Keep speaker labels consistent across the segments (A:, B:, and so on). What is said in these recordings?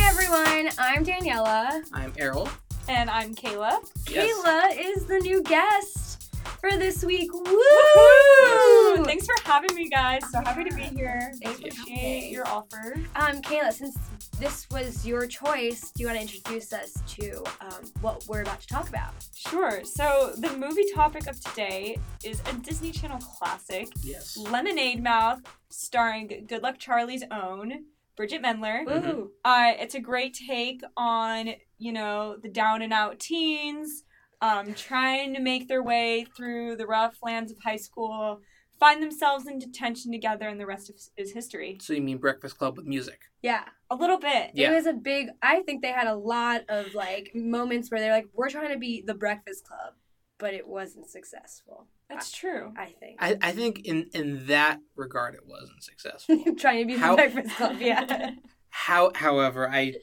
A: And I'm Daniela.
B: I'm Errol.
C: And I'm Kayla.
B: Yes.
A: Kayla is the new guest for this week. Woo!
C: Woo! Thanks for having me, guys. So happy to be here.
A: Thank you.
C: Appreciate your offer.
A: Um, Kayla, since this was your choice, do you want to introduce us to um, what we're about to talk about?
C: Sure. So the movie topic of today is a Disney Channel classic,
B: Yes.
C: Lemonade Mouth, starring Good Luck Charlie's own Bridget Mendler.
B: Mhm.
A: Ooh.
C: Uh, it's a great take on you know the down and out teens um, trying to make their way through the rough lands of high school, find themselves in detention together, and the rest of, is history.
B: So you mean Breakfast Club with music?
A: Yeah.
C: A little bit.
B: Yeah.
A: It was a big I think they had a lot of like moments where they're like, We're trying to be the breakfast club, but it wasn't successful.
C: That's true.
A: I think.
B: I, I think in in that regard it wasn't successful.
A: trying to be
B: How-
A: the breakfast club, yeah.
B: How however I,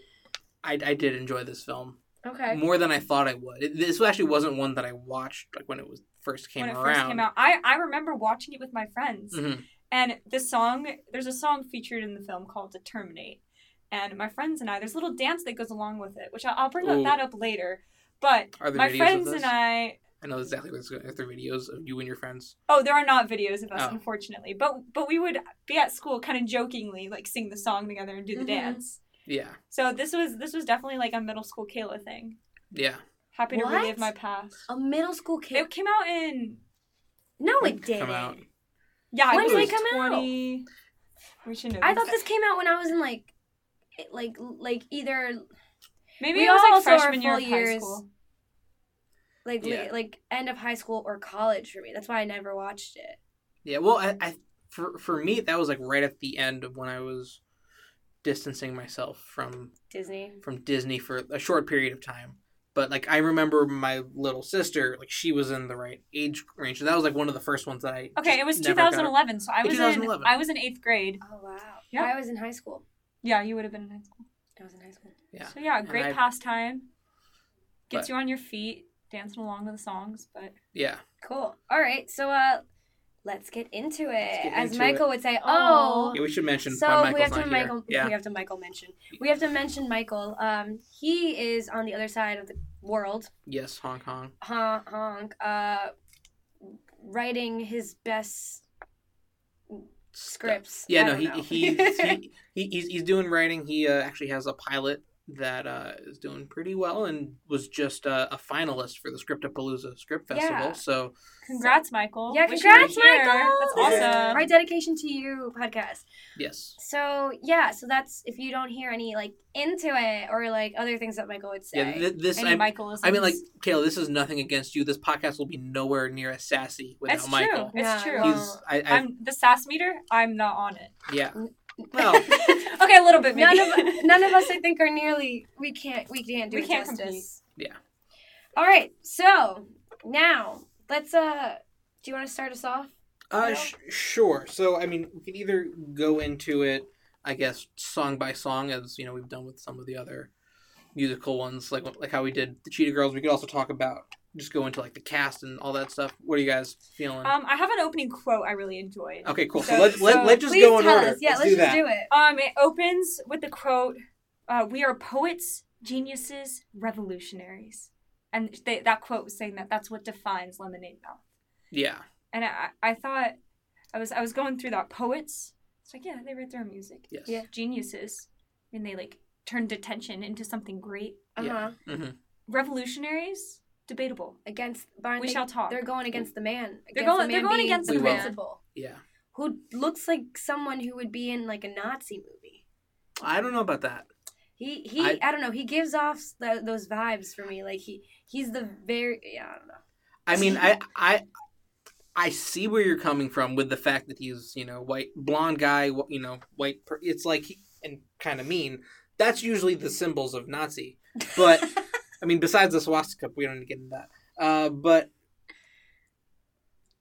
B: I I did enjoy this film
A: okay.
B: more than I thought I would. It, this actually wasn't one that I watched like when it was first came
C: when it
B: around.
C: first came out, I, I remember watching it with my friends.
B: Mhm.
C: And the song, there's a song featured in the film called Determinate. And my friends and I, there's a little dance that goes along with it, which I, I'll bring up-
B: Ooh.
C: that up later. But
B: Are there
C: my
B: videos
C: friends
B: of this?
C: and I,
B: I know exactly what's going. Are there videos of you and your friends?
C: oh, there are not videos of us,
B: Oh.
C: unfortunately. But but we would be at school, kind of jokingly, like sing the song together and do the
A: Mhm.
C: dance.
B: Yeah,
C: So this was this was definitely like a middle school Kayla thing.
B: yeah.
C: Happy to
A: What?
C: relive my past.
A: A middle school kid
C: It came out in
A: No
B: When
A: it
B: did it
A: didn't.
B: come out?
C: yeah,
A: When
C: it was
B: did
C: like
A: it come out?
C: 20... We should know.
A: I
C: this.
A: thought this came out when I was in like it- like like either
C: Maybe
A: We
C: it was
A: also are
C: like freshman year
A: full
C: of high
A: years.
C: school.
A: like li-
B: Yeah.
A: like end of high school or college for me. That's why I never watched it.
B: Yeah, well, I, I for for me that was like right at the end of when I was distancing myself from
A: Disney.
B: from Disney for a short period of time. But like I remember my little sister, like she was in the right age range. So that was like one of the first ones that I
C: Okay,
B: just
C: it was
B: never got-
C: 2011, so I
B: In
C: was
B: 2011.
C: in I was in eighth grade.
A: Oh wow.
C: Yeah.
A: I was in high school.
C: Yeah, you would have been in high school.
A: I was in high school.
B: Yeah.
C: So yeah,
B: And
C: great
B: I-
C: pastime. Gets
B: But-
C: you on your feet, dancing along to the songs. But
B: Yeah.
A: Cool. All right. So uh let's get into it.
B: get
A: As
B: into
A: Michael would say, "Oh,
C: Aw.
B: Yeah, we should mention
A: so
B: why
A: we
B: Michael's
A: have
B: not
A: to
B: here.
A: Michael.
B: yeah.
A: We have to Michael mention. We have to mention Michael. Um, he is on the other side of the world,
B: Yes, Hong Kong.
A: honk, honk uh, writing his best scripts. I
B: Yeah, no,
A: don't
B: he,
A: know.
B: he's, he, he he's he's doing writing. He uh, actually has a pilot that uh, is doing pretty well and was just uh, a finalist for the Scriptapalooza Script
A: Yeah.
B: Festival. So
C: congrats, Michael.
A: yeah,
C: Wish you were
A: congrats,
C: here.
A: Michael.
C: That's
A: This is
C: awesome.
A: My dedication to you podcast.
B: yes,
A: So yeah, so that's if you don't hear any like into it or like other things that Michael would say.
B: yeah. Th- this
C: Any
B: I,
C: Michael
B: I mean, like Kayla, this is nothing against you. This podcast will be nowhere near as sassy without
C: it's
B: Michael.
C: true. It's
A: Yeah,
C: true.
A: well-
B: He's I, I
C: I'm the sass meter. I'm not on it.
B: yeah. Well, uh,
A: Well,
C: Okay, a little bit
A: none
C: maybe.
A: of none of us I think are nearly we can't we can't do
C: We
A: it
C: can't
A: justice.
B: compete. Yeah.
A: All right, so now let's uh, do you want to start us off?
B: Uh, sh- sure. So, I mean, we could either go into it, I guess, song by song, as you know we've done with some of the other musical ones, like like how we did the Cheetah Girls. We could also talk about just go into like the cast and all that stuff. What are you guys feeling?
C: um, I have an opening quote I really enjoyed.
B: okay, cool. So,
C: so-
B: let let
C: so
B: let just
A: Please
B: go in
A: tell
B: order.
A: us. Yeah, let's,
B: do
A: just
B: that.
A: do it.
C: Um, it opens with the quote, uh, "We are poets, geniuses, revolutionaries," and they, that quote was saying that that's what defines Lemonade Mouth.
B: Yeah,
C: And I, I thought, I was I was going through that poets. It's like yeah, they write their own music.
B: yes.
A: Yeah.
C: Geniuses, and they like turned detention into something great.
A: Uh huh.
B: Yeah. hmm
C: Revolutionaries, debatable.
A: Against Barney,
C: we shall talk.
A: they're going against the man.
C: They're
A: against
C: going-
A: The man
C: they're going
A: being
C: against
B: the
A: the
B: man.
A: principal,
B: Yeah.
A: who looks like someone who would be in like a Nazi movie.
B: I don't know about that.
A: He he,
B: I-
A: I, don't know. He gives off th- those vibes for me. Like he he's the very yeah. I don't know.
B: I mean, I I I see where you're coming from with the fact that he's you know white blonde guy, wh- you know white. Per- it's like he, and kind of mean. That's usually the symbols of Nazi. But I mean, besides the swastika, we don't need to get into that. Uh, but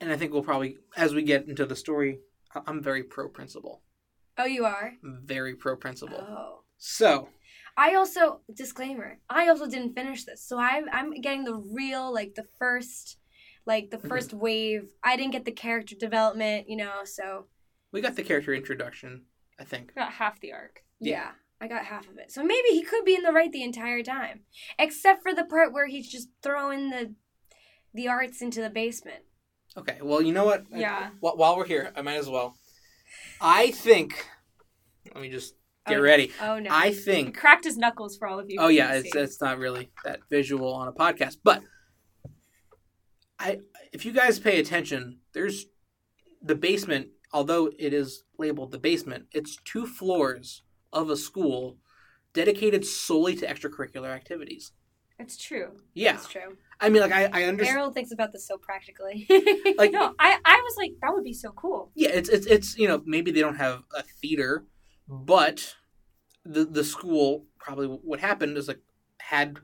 B: and I think we'll probably as we get into the story, I- I'm very pro principle.
A: Oh, you are.
B: I'm very pro principle.
A: Oh.
B: So
A: I also disclaimer. I also didn't finish this, so I'm I'm getting the real like the first, like the 1st wave. I didn't get the character development, you know. So
B: we got the character introduction. I think.
C: About half the arc.
A: yeah,
B: Yeah.
A: I got half of it. So maybe he could be in the right the entire time, except for the part where he's just throwing the the arts into the basement.
B: Okay. Well, you know what?
C: Yeah.
B: Wh- While we're here, I might as well. I think. Let me just get
C: Oh,
B: ready.
A: Oh no.
B: I
C: He
B: think.
C: cracked his knuckles for all of you.
B: Oh
C: who
B: yeah,
C: couldn't
B: it's
C: see.
B: it's not really that visual on a podcast, but I if you guys pay attention, there's the basement. Although it is labeled the basement, it's two floors of a school dedicated solely to extracurricular activities.
C: It's true.
B: Yeah,
A: That's true.
B: I mean, like I, I understand.
A: Errol thinks about this so practically.
B: Like
C: No, I, I was like, that would be so cool.
B: yeah, it's it's it's you know maybe they don't have a theater, but the the school probably what happened is like had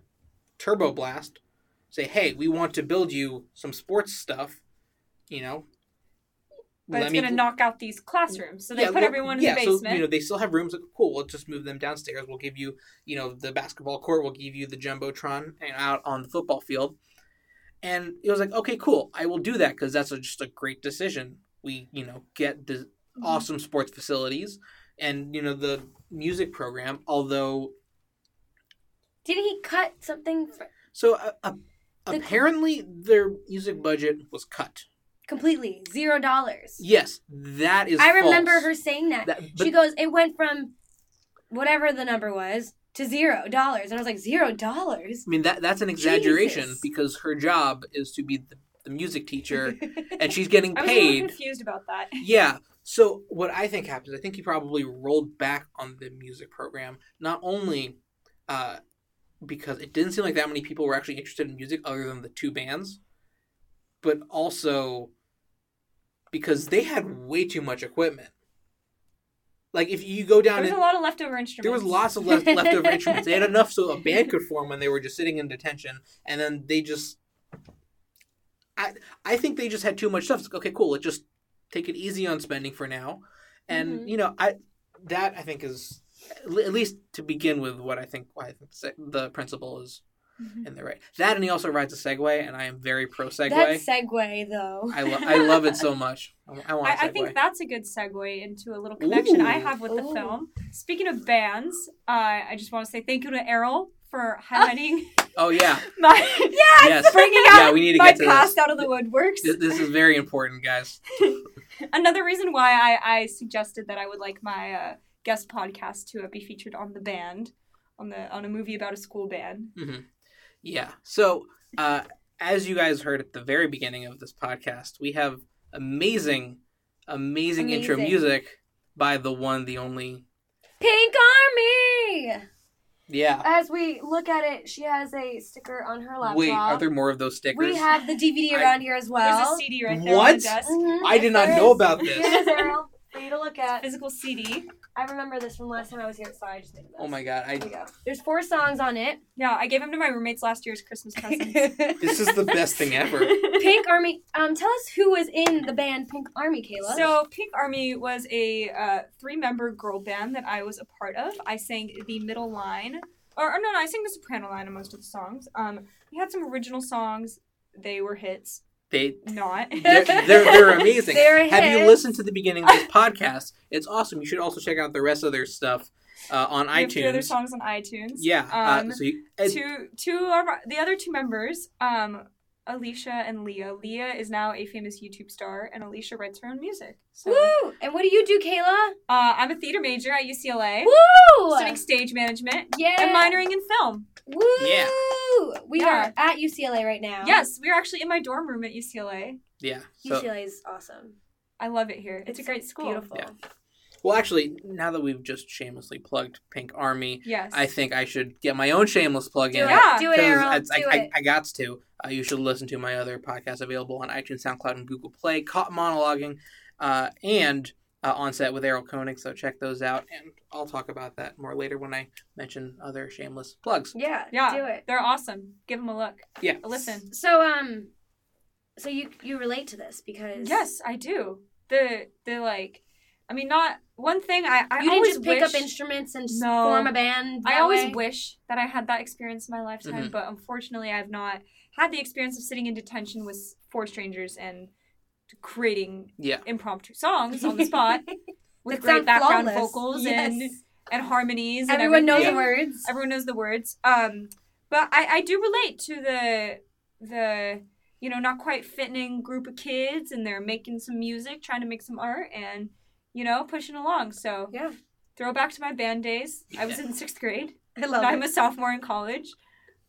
B: Turbo Blast say, hey, we want to build you some sports stuff, you know.
C: But it's
B: me-
C: gonna knock out these classrooms. So they
B: Yeah,
C: put
B: well,
C: everyone in
B: yeah,
C: the
B: So, you
C: basement.
B: know, they still have rooms. Like, cool, we'll just move them downstairs. We'll give you, you know, the basketball court. We'll give you the jumbotron and out on the football field. And it was like, okay, cool. I will do that because that's a, just a great decision. We, you know, get the
A: Mm-hmm.
C: Mm-hmm.
B: awesome sports facilities and you know the music program. Although,
A: Didn't he cut something fr-
B: so uh, uh,
A: The-
B: apparently their music budget was cut.
A: completely? Zero dollars.
B: Yes, that is.
A: I remember
B: false.
A: her saying that.
B: That- but
A: she goes, it went from whatever the number was to zero dollars. And I was like, zero dollars?
B: I mean that that's an exaggeration
A: Jesus.
B: because her job is to be the, the music teacher and she's getting
C: I was a little
B: paid.
C: confused about that.
B: Yeah. So what I think happens, I think he probably rolled back on the music program, not only uh, because it didn't seem like that many people were actually interested in music other than the two bands, but also because they had way too much equipment. Like if you go down
C: There's
B: and
C: a lot of leftover instruments.
B: there was lots of left, leftover instruments. They had enough so a band could form when they were just sitting in detention, and then they just. I I think they just had too much stuff. It's like, okay, cool. Let's just take it easy on spending for now, and
C: Mm-hmm.
A: Mhm.
B: you know I that I think is at le- at least to begin with what I think why I think se- the principle is
C: Mm-hmm.
B: in the right. That and he also rides a Segway, and I am very pro
A: That
B: Segway.
A: segue, though.
B: I, lo- I love it so much. I, I want a Segway.
C: I, I think that's a good segue into a little connection I
B: Ooh.
C: have with the
A: Ooh.
C: film. Speaking of bands, uh, I just want to say thank you to Errol for highlighting
B: oh Ah. yeah,
C: my
B: yes.
C: bringing out
B: Yeah, we need to
C: my
B: get to this.
C: past out of the woodworks.
B: Th- This is very important, guys.
C: Another reason why I, I suggested that I would like my uh, guest podcast to uh, be featured on the band, on the on a movie about a school band.
B: Mm-hmm. Yeah. So, uh, as you guys heard at the very beginning of this podcast, we have amazing, amazing, intro
A: Amazing.
B: music by the one, the only.
A: Pink Army!
B: Yeah.
A: As we look at it, she has a sticker on her laptop.
B: Wait, are there more of those stickers?
A: we have the DVD
B: I-
A: around here as
C: There's
A: well.
C: a CD right there on
B: What?
C: the desk.
A: Mhm.
B: I did not
A: There
B: know
A: is.
B: about this.
A: Here's Errol for you to look at.
C: Physical CD.
A: I remember this from last time I was here, so I just did this.
B: Oh my god!
A: Here we go.
B: I
A: There's four songs on it.
C: Yeah, I gave him to my roommates last year's Christmas presents.
B: this is the best thing ever.
A: Pink Army. Um, tell us who was in the band Pink Army, Kayla.
C: So Pink Army was a uh, three-member girl band that I was a part of. I sang the middle line, or, or no, no, I sang the soprano line on most of the songs. Um, we had some original songs. They were hits,
B: They
C: not.
B: they're they're, they're amazing.
A: They're
B: have you
A: hits.
B: listened to the beginning of this podcast? It's awesome. You should also check out the rest of their stuff uh, on
C: We have two other
B: iTunes.
C: songs on iTunes.
B: Yeah.
C: Um,
B: uh, so you, uh,
C: two two of our, the other two members, um, Alicia and Leah. Leah is now a famous YouTube star, and Alicia writes her own music. So uh,
A: Woo! And what do you do, Kayla?
C: I'm a theater major at UCLA,
A: Woo!
C: studying stage management
A: yeah.
C: and minoring in film.
A: Woo!
B: Yeah.
A: We
C: Yeah.
A: are at UCLA right now.
C: Yes, we were actually in my dorm room at UCLA.
B: yeah. So
A: UCLA is awesome.
C: I love it here. It's, a great school.
A: Beautiful.
B: Yeah. Well, actually, now that we've just shamelessly plugged Pink Army,
C: Yes.
B: I think I should get my own shameless plug
A: Do
B: in.
A: it.
C: Yeah.
A: Do it,
B: 'cause
A: Errol.
B: I,
A: Do
B: I, I,
A: it.
B: I got to. Uh, you should listen to my other podcasts available on iTunes, SoundCloud, and Google Play, Caught Monologuing, uh, and uh, On Set with Errol Koenig. So check those out, and I'll talk about that more later when I mention other shameless plugs.
A: yeah.
C: Yeah.
A: Do it.
C: They're awesome. Give them a look.
B: Yeah.
C: A listen.
A: So um, so you you relate to this because
C: Yes, I do. The the like, I mean, not one thing. I I
A: you didn't
C: always
A: just pick
C: wish,
A: up instruments and just
C: No.
A: form a band.
C: I
A: that
C: always
A: way?
C: wish that I had that experience in my lifetime,
B: Mhm.
C: but unfortunately, I've not had the experience of sitting in detention with four strangers and creating
B: Yeah.
C: impromptu songs on the spot with
A: That sound
C: great background
A: flawless.
C: vocals
A: Yes.
C: and and harmonies. and
A: Everyone knows
C: everything.
A: the words.
C: Everyone knows the words. Um, but I, I do relate to the the you know not quite fitting group of kids, and they're making some music, trying to make some art, and you know pushing along. So
A: Yeah.
C: throwback to my band days. I was in sixth grade.
A: I love
C: and I'm
A: it.
C: a sophomore in college.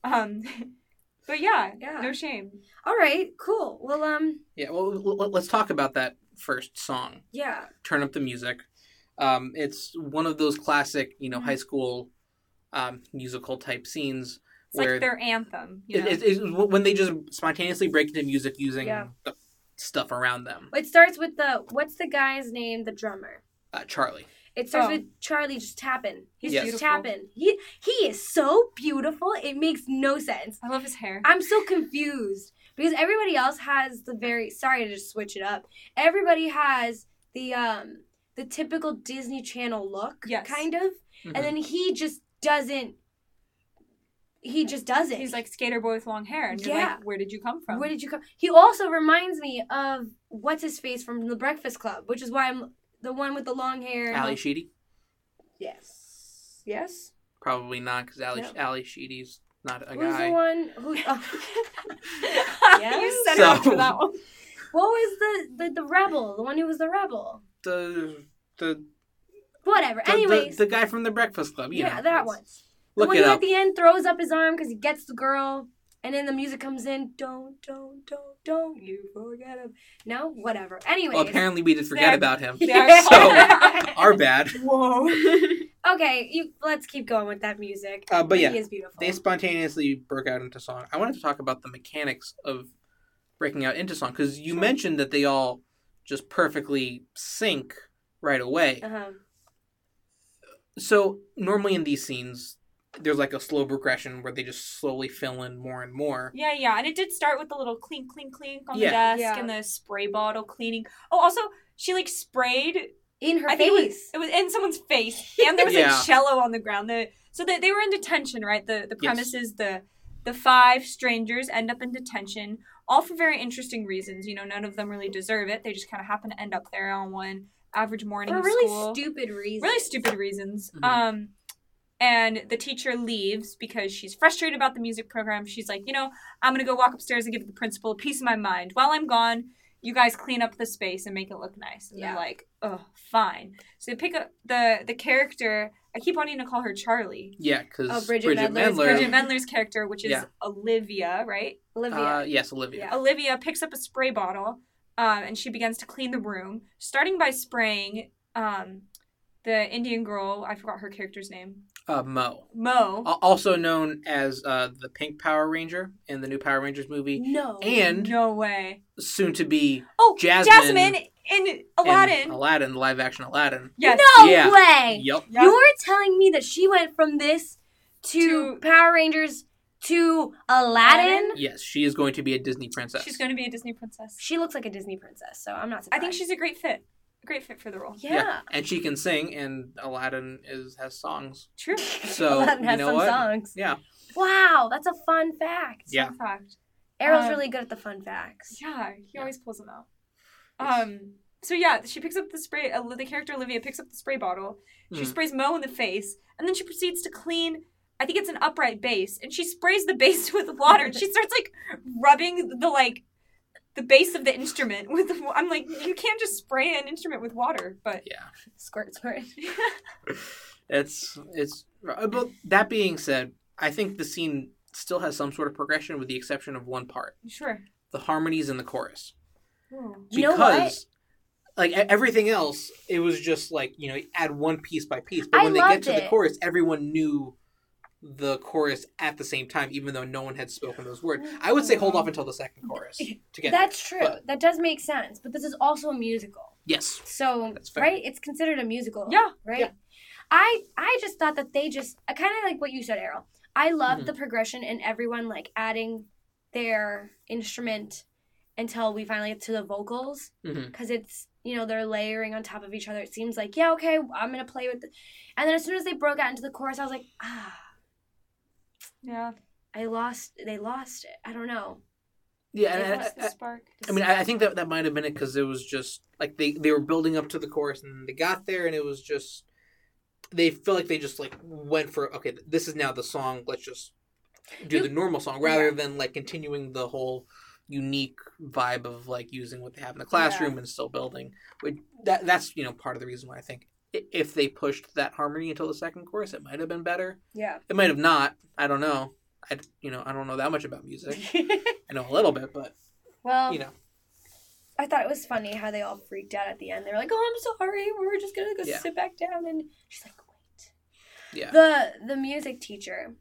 C: Um, but yeah,
A: Yeah.
C: no shame.
A: All right, cool. Well, um,
B: Yeah, well, l- l- let's talk about that first song.
A: yeah.
B: Turn up the music. Um, it's one of those classic, you know,
C: Mhm.
B: high
A: Mm-hmm.
B: school um, musical type scenes
C: It's
B: where
C: like their anthem. You
B: it,
C: know?
B: it, it's when they just spontaneously break into music using
A: Yeah.
B: the stuff around them.
A: It starts with the what's the guy's name? The drummer.
B: Uh, Charlie.
A: It starts
C: Oh.
A: with Charlie just tapping. He's
B: Yes.
A: just
C: Beautiful.
A: tapping. He he is so beautiful. It makes no sense.
C: I love his hair.
A: I'm so confused because everybody else has the very sorry to just switch it up. Everybody has the um the typical Disney Channel look,
C: Yes.
A: kind of,
B: Mm-hmm.
A: and then he just doesn't. He just does it.
C: He's like skater boy with long hair, and you're
A: Yeah.
C: like, where did you come from?
A: Where did you come? He also reminds me of what's his face from The Breakfast Club, which is why I'm the one with the long hair.
B: Ali Sheedy?
A: Yes. Yes.
B: Probably not, because Ali,
A: No.
B: Ali Sheedy's not a
A: Who's the
B: guy.
A: one? Who? Oh,
C: you
A: Yes.
C: set it up
B: So-
C: for that one.
A: what was the, the the rebel? The one who was the rebel?
B: The, the,
A: Whatever.
B: the,
A: Anyways.
B: the, the guy from the Breakfast Club. you
A: yeah,
B: know.
A: that one. The
B: Look
A: one
B: it
A: who
B: up.
A: at the end throws up his arm because he gets the girl, and then the music comes in. Don't, don't, don't, don't you forget him. No, whatever. Anyways.
B: Well, apparently we did forget
C: There-
B: about him.
C: Yeah.
B: Our bad.
C: Whoa.
A: okay, you, let's keep going with that music.
B: Uh, but yeah,
A: he is beautiful.
B: they spontaneously broke out into song. I wanted to talk about the mechanics of breaking out into song because you mentioned that they all just perfectly sync right away.
A: uh-huh.
B: So normally in these scenes, there's like a slow progression where they just slowly fill in more and more.
C: yeah, yeah. And it did start with the little clink, clink, clink on
B: Yeah.
C: the desk
A: Yeah.
C: and the spray bottle cleaning. Oh, also, she like sprayed
A: in her
C: I think it was,
A: face.
C: it was in someone's face, and there was
B: Yeah.
C: like cello on the ground. The, so they, they were in detention, right? The the
B: Yes.
C: premises, the the five strangers end up in detention, all for very interesting reasons. You know, none of them really deserve it. They just kind of happen to end up there on one average morning
A: for
C: of
A: really
C: school.
A: stupid reasons.
C: Really stupid reasons.
B: Mhm.
C: Um, and the teacher leaves because she's frustrated about the music program. She's like, you know, I'm gonna go walk upstairs and give the principal a piece of my mind. While I'm gone, you guys clean up the space and make it look nice. And
A: Yeah.
C: they're like, oh, fine. So they pick up the the character. I keep wanting to call her Charlie.
B: Yeah, because
A: Oh,
B: Bridget,
A: Bridget Medler's
B: Mendler.
C: Bridget Mendler's character, which is
B: Yeah.
C: Olivia, right?
A: Olivia.
B: uh, yes, Olivia.
A: Yeah.
C: Olivia picks up a spray bottle um, and she begins to clean the room, starting by spraying um, the Indian girl. I forgot her character's name.
B: Uh, Mo,
C: Mo.
B: Al- also known as uh, the Pink Power Ranger in the new Power Rangers movie,
A: no.
B: and
C: no way.
B: soon to be
C: Oh,
B: Jasmine.
C: Jasmine, in Aladdin.
B: in Aladdin, the live action Aladdin.
C: Yes.
A: No
B: Yeah.
A: way.
B: Yep.
C: Yeah.
A: You're telling me that she went from this to,
C: To-
A: Power Rangers to Aladdin?
C: Aladdin?
B: Yes, she is going to be a Disney princess.
C: She's going to be a Disney princess.
A: She looks like a Disney princess, so I'm not
C: I
A: surprised.
C: think she's a great fit. A great fit for the role.
A: Yeah.
B: and she can sing, and Aladdin is has songs.
C: True.
B: So
A: Aladdin
B: you
A: has
B: know
A: some
B: what?
A: songs.
B: Yeah,
A: Wow, that's a fun fact.
B: Yeah.
C: Fun fact.
A: Arrow's
C: Um,
A: really good at the fun facts.
C: Yeah, he
B: Yeah.
C: always pulls them out.
B: Yes.
C: Um. So yeah, she picks up the spray. Uh, the character Olivia picks up the spray bottle. She
B: Mhm.
C: sprays Mo in the face, and then she proceeds to clean. I think it's an upright base, and she sprays the base with water. And she starts like rubbing the like the base of the instrument with. The, wa- I'm like, you can't just spray an instrument with water, but
B: yeah.
A: Squirt, squirt.
B: It's it's. uh, But that being said, I think the scene still has some sort of progression, with the exception of one part:
C: sure.
B: the harmonies in the chorus.
A: You know what?
B: Like e- everything else, it was just like you know, add one piece by piece. But
A: I
B: when they
A: loved
B: get to the
A: it.
B: chorus, everyone knew the chorus at the same time, even though no one had spoken those words. I would say hold off until the second chorus to get
A: That's true.
B: but-
A: that does make sense, but this is also a musical.
B: yes,
A: So,
B: That's fair.
A: right? It's considered a musical.
C: Yeah.
A: Right?
B: Yeah.
A: I I just thought that they just I kind of like what you said, Errol. I love
B: Mm-hmm.
A: the progression and everyone like adding their instrument until we finally get to the vocals.
B: hmm
A: because it's you know they're layering on top of each other. It seems like yeah, okay, I'm gonna play with, th-. and then as soon as they broke out into the chorus, I was like, ah,
C: Yeah.
A: I lost. They lost it. I don't know.
B: yeah.
C: They
B: And,
C: lost
B: I-
C: the spark.
B: I mean, I I think that that might have been it because it was just like they they were building up to the chorus and they got there and it was just they feel like they just like went for okay, this is now the song. Let's just do
A: You-
B: the normal song rather than like continuing the whole unique vibe of like using what they have in the classroom and still building. Which that that's you know part of the reason why I think i- if they pushed that harmony until the second chorus, it might have been better.
A: Yeah.
B: It might have not. I don't know. I you know I don't know that much about music. I know a little bit, but
A: well,
B: you know
A: I thought it was funny how they all freaked out at the end. They were like, "Oh, I'm sorry. We were just gonna go
B: Yeah.
A: sit back down." And she's like, "Wait."
B: Yeah.
A: The the music teacher,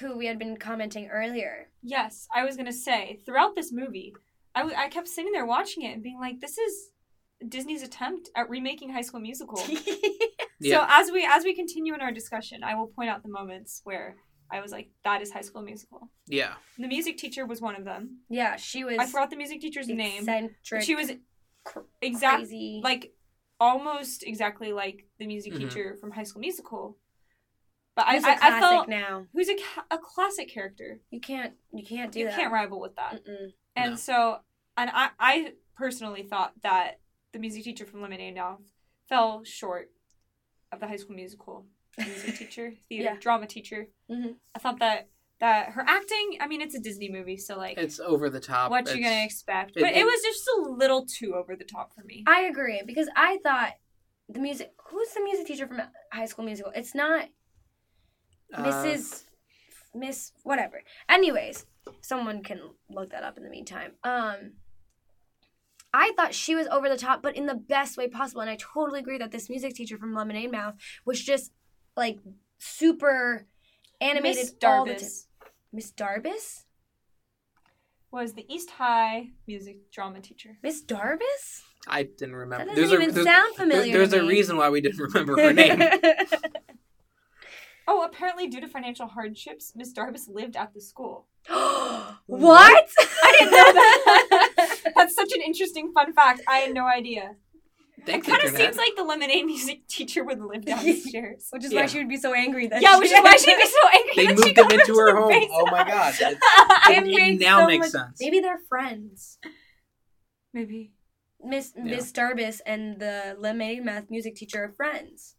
A: who we had been commenting earlier,
C: Yes, I was gonna say throughout this movie, I, w- I kept sitting there watching it and being like, this is Disney's attempt at remaking High School Musical. So
B: yeah
C: as we as we continue in our discussion, I will point out the moments where I was like, that is High School Musical.
B: yeah
C: The music teacher was one of them.
A: yeah, she was
C: I forgot the music teacher's name. but
A: eccentric,
C: She was
A: cr-
C: exactly
A: crazy.
C: like almost exactly like the music
B: Mhm.
C: teacher from High School Musical. But I,
A: Who's a
C: I, I
A: classic
C: felt
A: now.
C: who's a, ca- a classic character.
A: You can't you can't do
C: you
A: that.
C: can't rival with that.
A: Mm-mm.
C: And
B: No.
C: so, and I, I personally thought that the music teacher from Lemonade Mouth fell short of the High School Musical music teacher, theater
A: Yeah.
C: drama teacher.
A: Mhm.
C: I thought that that her acting. I mean, it's a Disney movie, so like,
B: it's over the top.
C: what you
B: It's-
C: gonna expect?
B: it-
C: But it,
B: it-
C: was just a little too over the top for me.
A: I agree because I thought the music. Who's the music teacher from High School Musical? It's not
B: uh,
A: Mrs.
C: Um,
A: Miss whatever. Anyways, someone can look that up in the meantime. Um I thought she was over the top, but in the best way possible. And I totally agree that this music teacher from Lemonade Mouth was just like super animated
C: Miss
A: all the time.
C: Darvis
A: Miss Darbus?
C: was the East High music drama teacher.
A: Miss Darbus?
B: I didn't remember.
C: Um,
A: That doesn't
B: There's a-
A: even
B: there's-
A: sound
B: There-
A: familiar.
B: There's
A: to
B: a
A: me.
B: reason why we didn't remember her name.
C: Oh, apparently due to financial hardships, Miss Darvis lived at the school.
A: what?
C: I didn't know that. That's such an interesting fun fact. I had no idea.
B: Thank
C: It
B: you,
C: kind of seems
B: Jeanette.
C: like the lemonade music teacher would live downstairs.
A: Which is
B: Yeah.
A: why she would be so angry that
C: yeah, which is why she'd be so angry.
B: They
C: that she
B: moved
C: got
B: them into her home. Oh my god. It, it
A: makes
B: now
A: so
B: makes
A: much-
B: sense.
A: Maybe they're friends.
C: Maybe.
A: Miss Miss Darbus and the lemonade math music teacher are friends,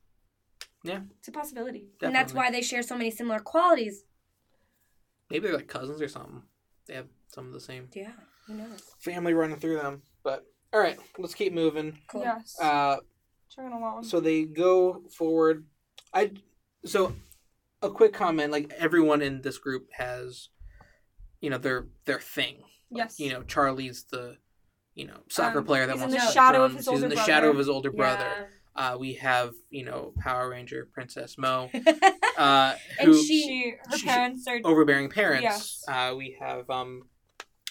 C: It's a possibility.
A: and that's
B: Definitely.
A: why they share so many similar qualities.
B: Maybe they're like cousins or something. They have some of the same
A: Yeah, who knows?
B: family running through them. But all right, let's keep moving.
A: Cool.
C: Yes.
B: Uh,
C: Chugging along.
B: so uh, they go forward. I so a quick comment. Like everyone in this group has, you know, their their thing.
C: yes.
B: You know, Charlie's the, you know, soccer
C: Um,
B: player that
C: he's
B: wants
A: in
B: to
A: the
B: play
C: shadow of
B: drums.
C: his
B: He's in
C: older
B: the shadow
C: brother.
B: of his older brother. Uh, we have, you know, Power Ranger Princess Mo, uh,
A: And
B: who
A: she-
C: She, her
B: She- Oh,
C: parents are.
B: overbearing parents.
C: Yes.
B: Uh, we have um,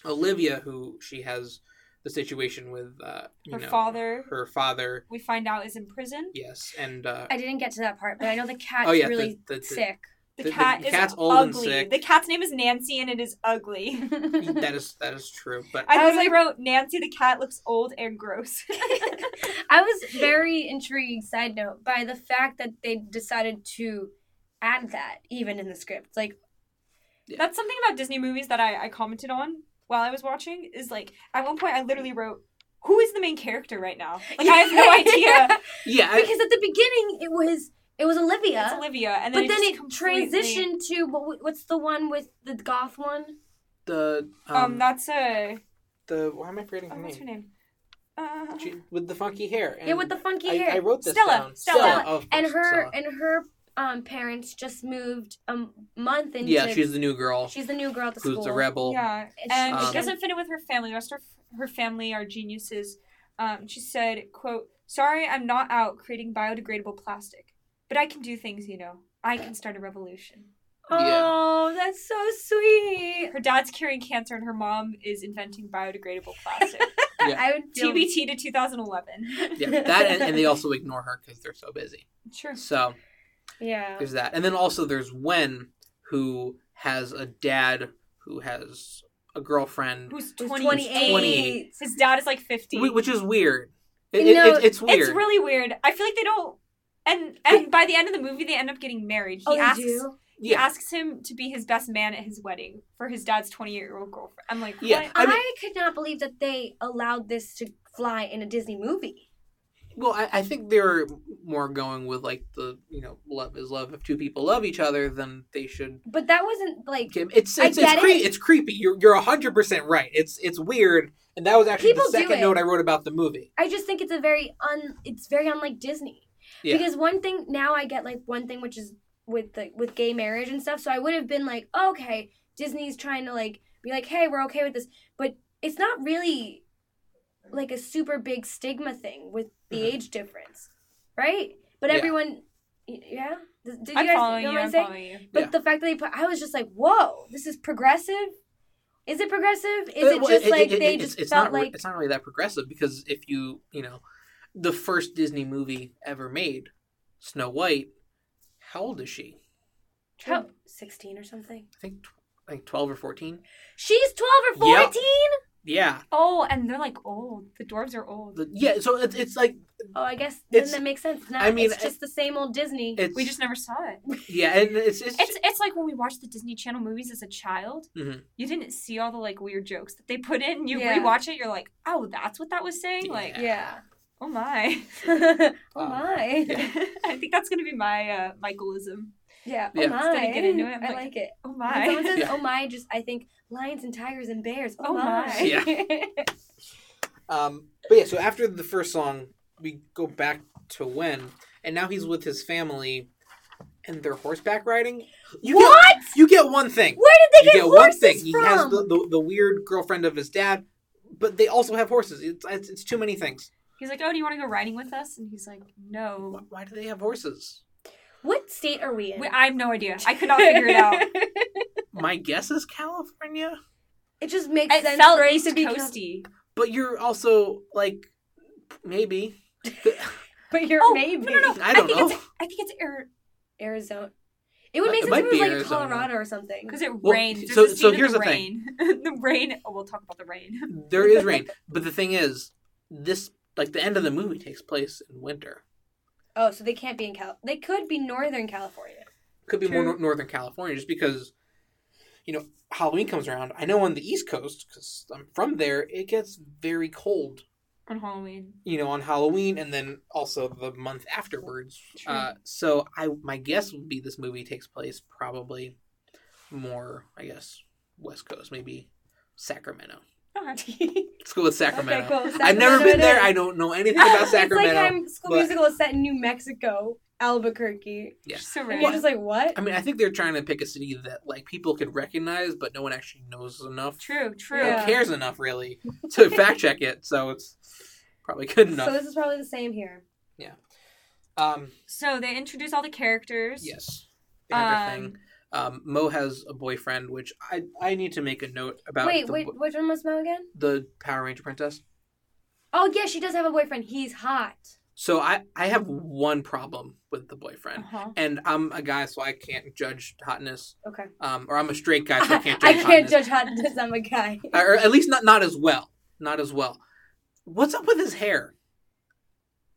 B: Olivia, who she has the situation with uh, you
C: Her
B: know,
C: father,
B: her father,
C: we find out, is in prison.
B: yes, and uh,
A: I didn't get to that part, but I know the cat's
B: oh yeah,
A: really
B: the, the, the-
A: sick.
C: The,
B: The- the
C: cat is
B: cat's old and
C: ugly.
B: sick.
C: The cat's name is Nancy, and it is ugly.
B: that is that is true, but
C: I
A: I was
C: literally wrote Nancy the cat looks old and gross.
A: I was very intrigued. Side note, by the fact that they decided to add that even in the script, like
C: That's something about Disney movies that I, I commented on while I was watching is like at one point I literally wrote, Who is the main character right now? Like I have no idea.
B: yeah, I,
A: because at the beginning it was it was Olivia,
C: It's Olivia and
A: but
C: then
A: then
C: it,
A: it
C: just completely-
A: transitioned to what, w- what's the one with the goth one?
B: the um,
C: Um that's a
B: the why am I forgetting
C: oh,
B: her
C: what's her
B: name?
C: name? Uh,
B: She, with the funky hair. And
A: yeah, with the funky
B: I,
A: hair.
B: I wrote this
C: Stella,
B: down.
C: Stella.
B: oh, of
A: and
B: course,
A: her
B: Stella.
A: and her um parents just moved a m- month into
B: yeah, she's the new girl
A: she's the new girl at the
B: who's
A: school.
B: the rebel.
C: yeah.
A: And she-
C: And
B: Um,
C: she doesn't fit in with her family. The rest of her family are geniuses. Um, she said, quote, Sorry I'm not out creating biodegradable plastic. But I can do things, you know. I can start a revolution.
A: Oh, that's so sweet.
C: Her dad's curing cancer and her mom is inventing biodegradable plastic.
B: Yeah.
A: I would feel
C: TBT to 2011.
B: yeah, that and, and they also ignore her because they're so busy.
C: Sure.
B: So
A: Yeah.
B: There's that. And then also there's Wen, who has a dad who has a girlfriend,
C: Who's
A: Who's
C: 28.
A: 28.
B: 28.
C: His dad is like 50.
B: whi- which is weird. It,
A: You
B: it-
A: know,
B: it- it's weird.
C: It's really weird. I feel like they don't. And and by the end of the movie, they end up getting married. He
A: Oh, they
C: asks
A: do?
C: he
B: yeah.
C: asks him to be his best man at his wedding for his dad's 28 year old girlfriend. I'm
A: Uh,
C: like, what?
B: Yeah.
A: I,
B: I mean-
A: could not believe that they allowed this to fly in a Disney movie.
B: Well, I, I think they're more going with like the you know love is love. If two people love each other, then they should.
A: But that wasn't like
B: Kim, it's
A: I
B: it's
A: get
B: it's, cre-
A: it.
B: it's creepy. You're you're hundred percent right. It's it's weird, and that was actually
A: People do
B: the second
A: it.
B: note I wrote about the movie.
A: I just think it's a very un it's very unlike Disney.
B: Yeah.
A: Because one thing now I get like one thing which is with the with gay marriage and stuff. So I would have been like, okay, Disney's trying to like be like, hey, we're okay with this, but it's not really like a super big stigma thing with the
B: Mhm.
A: age difference, right? But
B: Yeah.
A: everyone, y- yeah. Did did you
C: I'm
A: guys
C: following
A: know
C: you.
A: what I'm
C: I'm
A: saying?
C: following you.
A: But
B: Yeah.
A: the fact that they put, I was just like, whoa, this is progressive. Is it progressive? Is it
B: well,
A: just like
B: it-
A: they
B: it's-
A: just
B: it's
A: felt
B: not, re-
A: like
B: it's not really that progressive because if you you know the first Disney movie ever made, Snow White, how old is she?
A: how- sixteen or something?
B: I think tw- like twelve or fourteen.
A: She's twelve or
B: Yep.
A: fourteen.
B: Yeah,
C: Oh, and they're like old. The dwarves are old.
B: The- yeah. So it's it's like
A: Oh, I guess
B: It's-
A: then that makes sense. Now
B: I mean,
A: it's just the same old Disney.
B: it's
C: We just never saw it.
B: yeah, and it's it's,
C: It's it's like when we watched the Disney Channel movies as a child.
B: Mhm.
C: You didn't see all the like weird jokes that they put in. You
A: Mm-hmm. Yeah.
C: rewatch it, you're like, oh, that's what that was saying. Like,
A: yeah.
C: oh my.
A: oh
B: Um,
A: my. Yeah.
C: I think that's gonna be my uh, Michaelism.
A: Oh
B: Yeah.
A: my.
C: Instead of getting into it, I'm
A: I
C: like,
A: like it.
C: Oh
A: When someone
C: my.
A: says,
B: Yeah.
A: "Oh my," just I think lions and tigers and bears. Oh,
C: Oh
A: my.
C: my.
B: Um, but yeah, so after the first song, we go back to when, and now he's with his family, and they're horseback riding. You
A: what?
B: Get, you get one thing.
A: Where did they
B: you
A: get,
B: get one
A: horses
B: thing.
A: from?
B: He has the, the, the weird girlfriend of his dad, but they also have horses. It's it's, it's too many things.
C: He's like, oh, do you want to go riding with us? And he's like, no.
B: Why- Why do they have horses?
A: what state are we in?
C: Wait, I have no idea. I could not figure it out.
B: My guess is California,
A: it just makes
C: It
A: sense
C: felt
A: for it
C: East
A: to be.
C: coasty.
B: but you're also like maybe
A: But you're
C: Oh,
A: maybe
C: no, no, no.
B: I don't
C: think
B: know.
C: It's, I think it's air
A: Arizona. It would
B: Uh,
A: make
B: it
A: sense
B: might
A: if it was
B: be
A: like
B: Arizona.
A: Colorado or something.
C: because it
B: Well,
C: rains. There's
B: so-
C: so,
B: so here's
C: here's the
B: the
C: rain. the rain. Oh, we'll talk about the rain.
B: there is rain. But the thing is, this like the end of the movie takes place in winter.
A: Oh, so they can't be in Cal. They could be Northern California.
B: could be more
C: True.
B: nor- northern california just because you know halloween comes around i know on the east coast because i'm from there it gets very cold
C: On Halloween.
B: you know on halloween and then also the month afterwards
C: True.
B: uh, so i my guess would be this movie takes place probably more i guess west coast maybe sacramento
C: Okay.
B: let's go with sacramento,
A: Okay, cool.
B: i've
A: Sacramento
B: never been
A: it
B: there
A: is.
B: i don't know anything about sacramento
A: It's like I'm school
B: but-
A: musical is set in New Mexico, Albuquerque.
B: Yeah.
C: So
A: And
C: rain.
A: you're just like, what?
B: I mean, I think they're trying to pick a city that like people could recognize, but no one actually knows enough
C: True. True.
B: Who
A: Yeah.
B: cares enough really to fact check it? So it's probably good
A: So
B: enough.
A: this is probably the same here.
B: um,
C: So they introduce all the characters.
B: yes, the other
C: Um,
B: thing. Um, Mo has a boyfriend, which I I need to make a note about.
A: wait,
B: the,
A: wait, which one was Mo again?
B: the Power Ranger princess.
A: Oh yeah, she does have a boyfriend. He's hot.
B: So I I have one problem with the boyfriend,
C: Uh-huh.
B: and I'm a guy, so I can't judge hotness.
A: Okay.
B: Um, or I'm a straight guy, so I
A: I
B: can't
A: can't,
B: judge hotness.
A: judge hotness. I'm a guy.
B: or at least not not as well, not as well. What's up with his hair?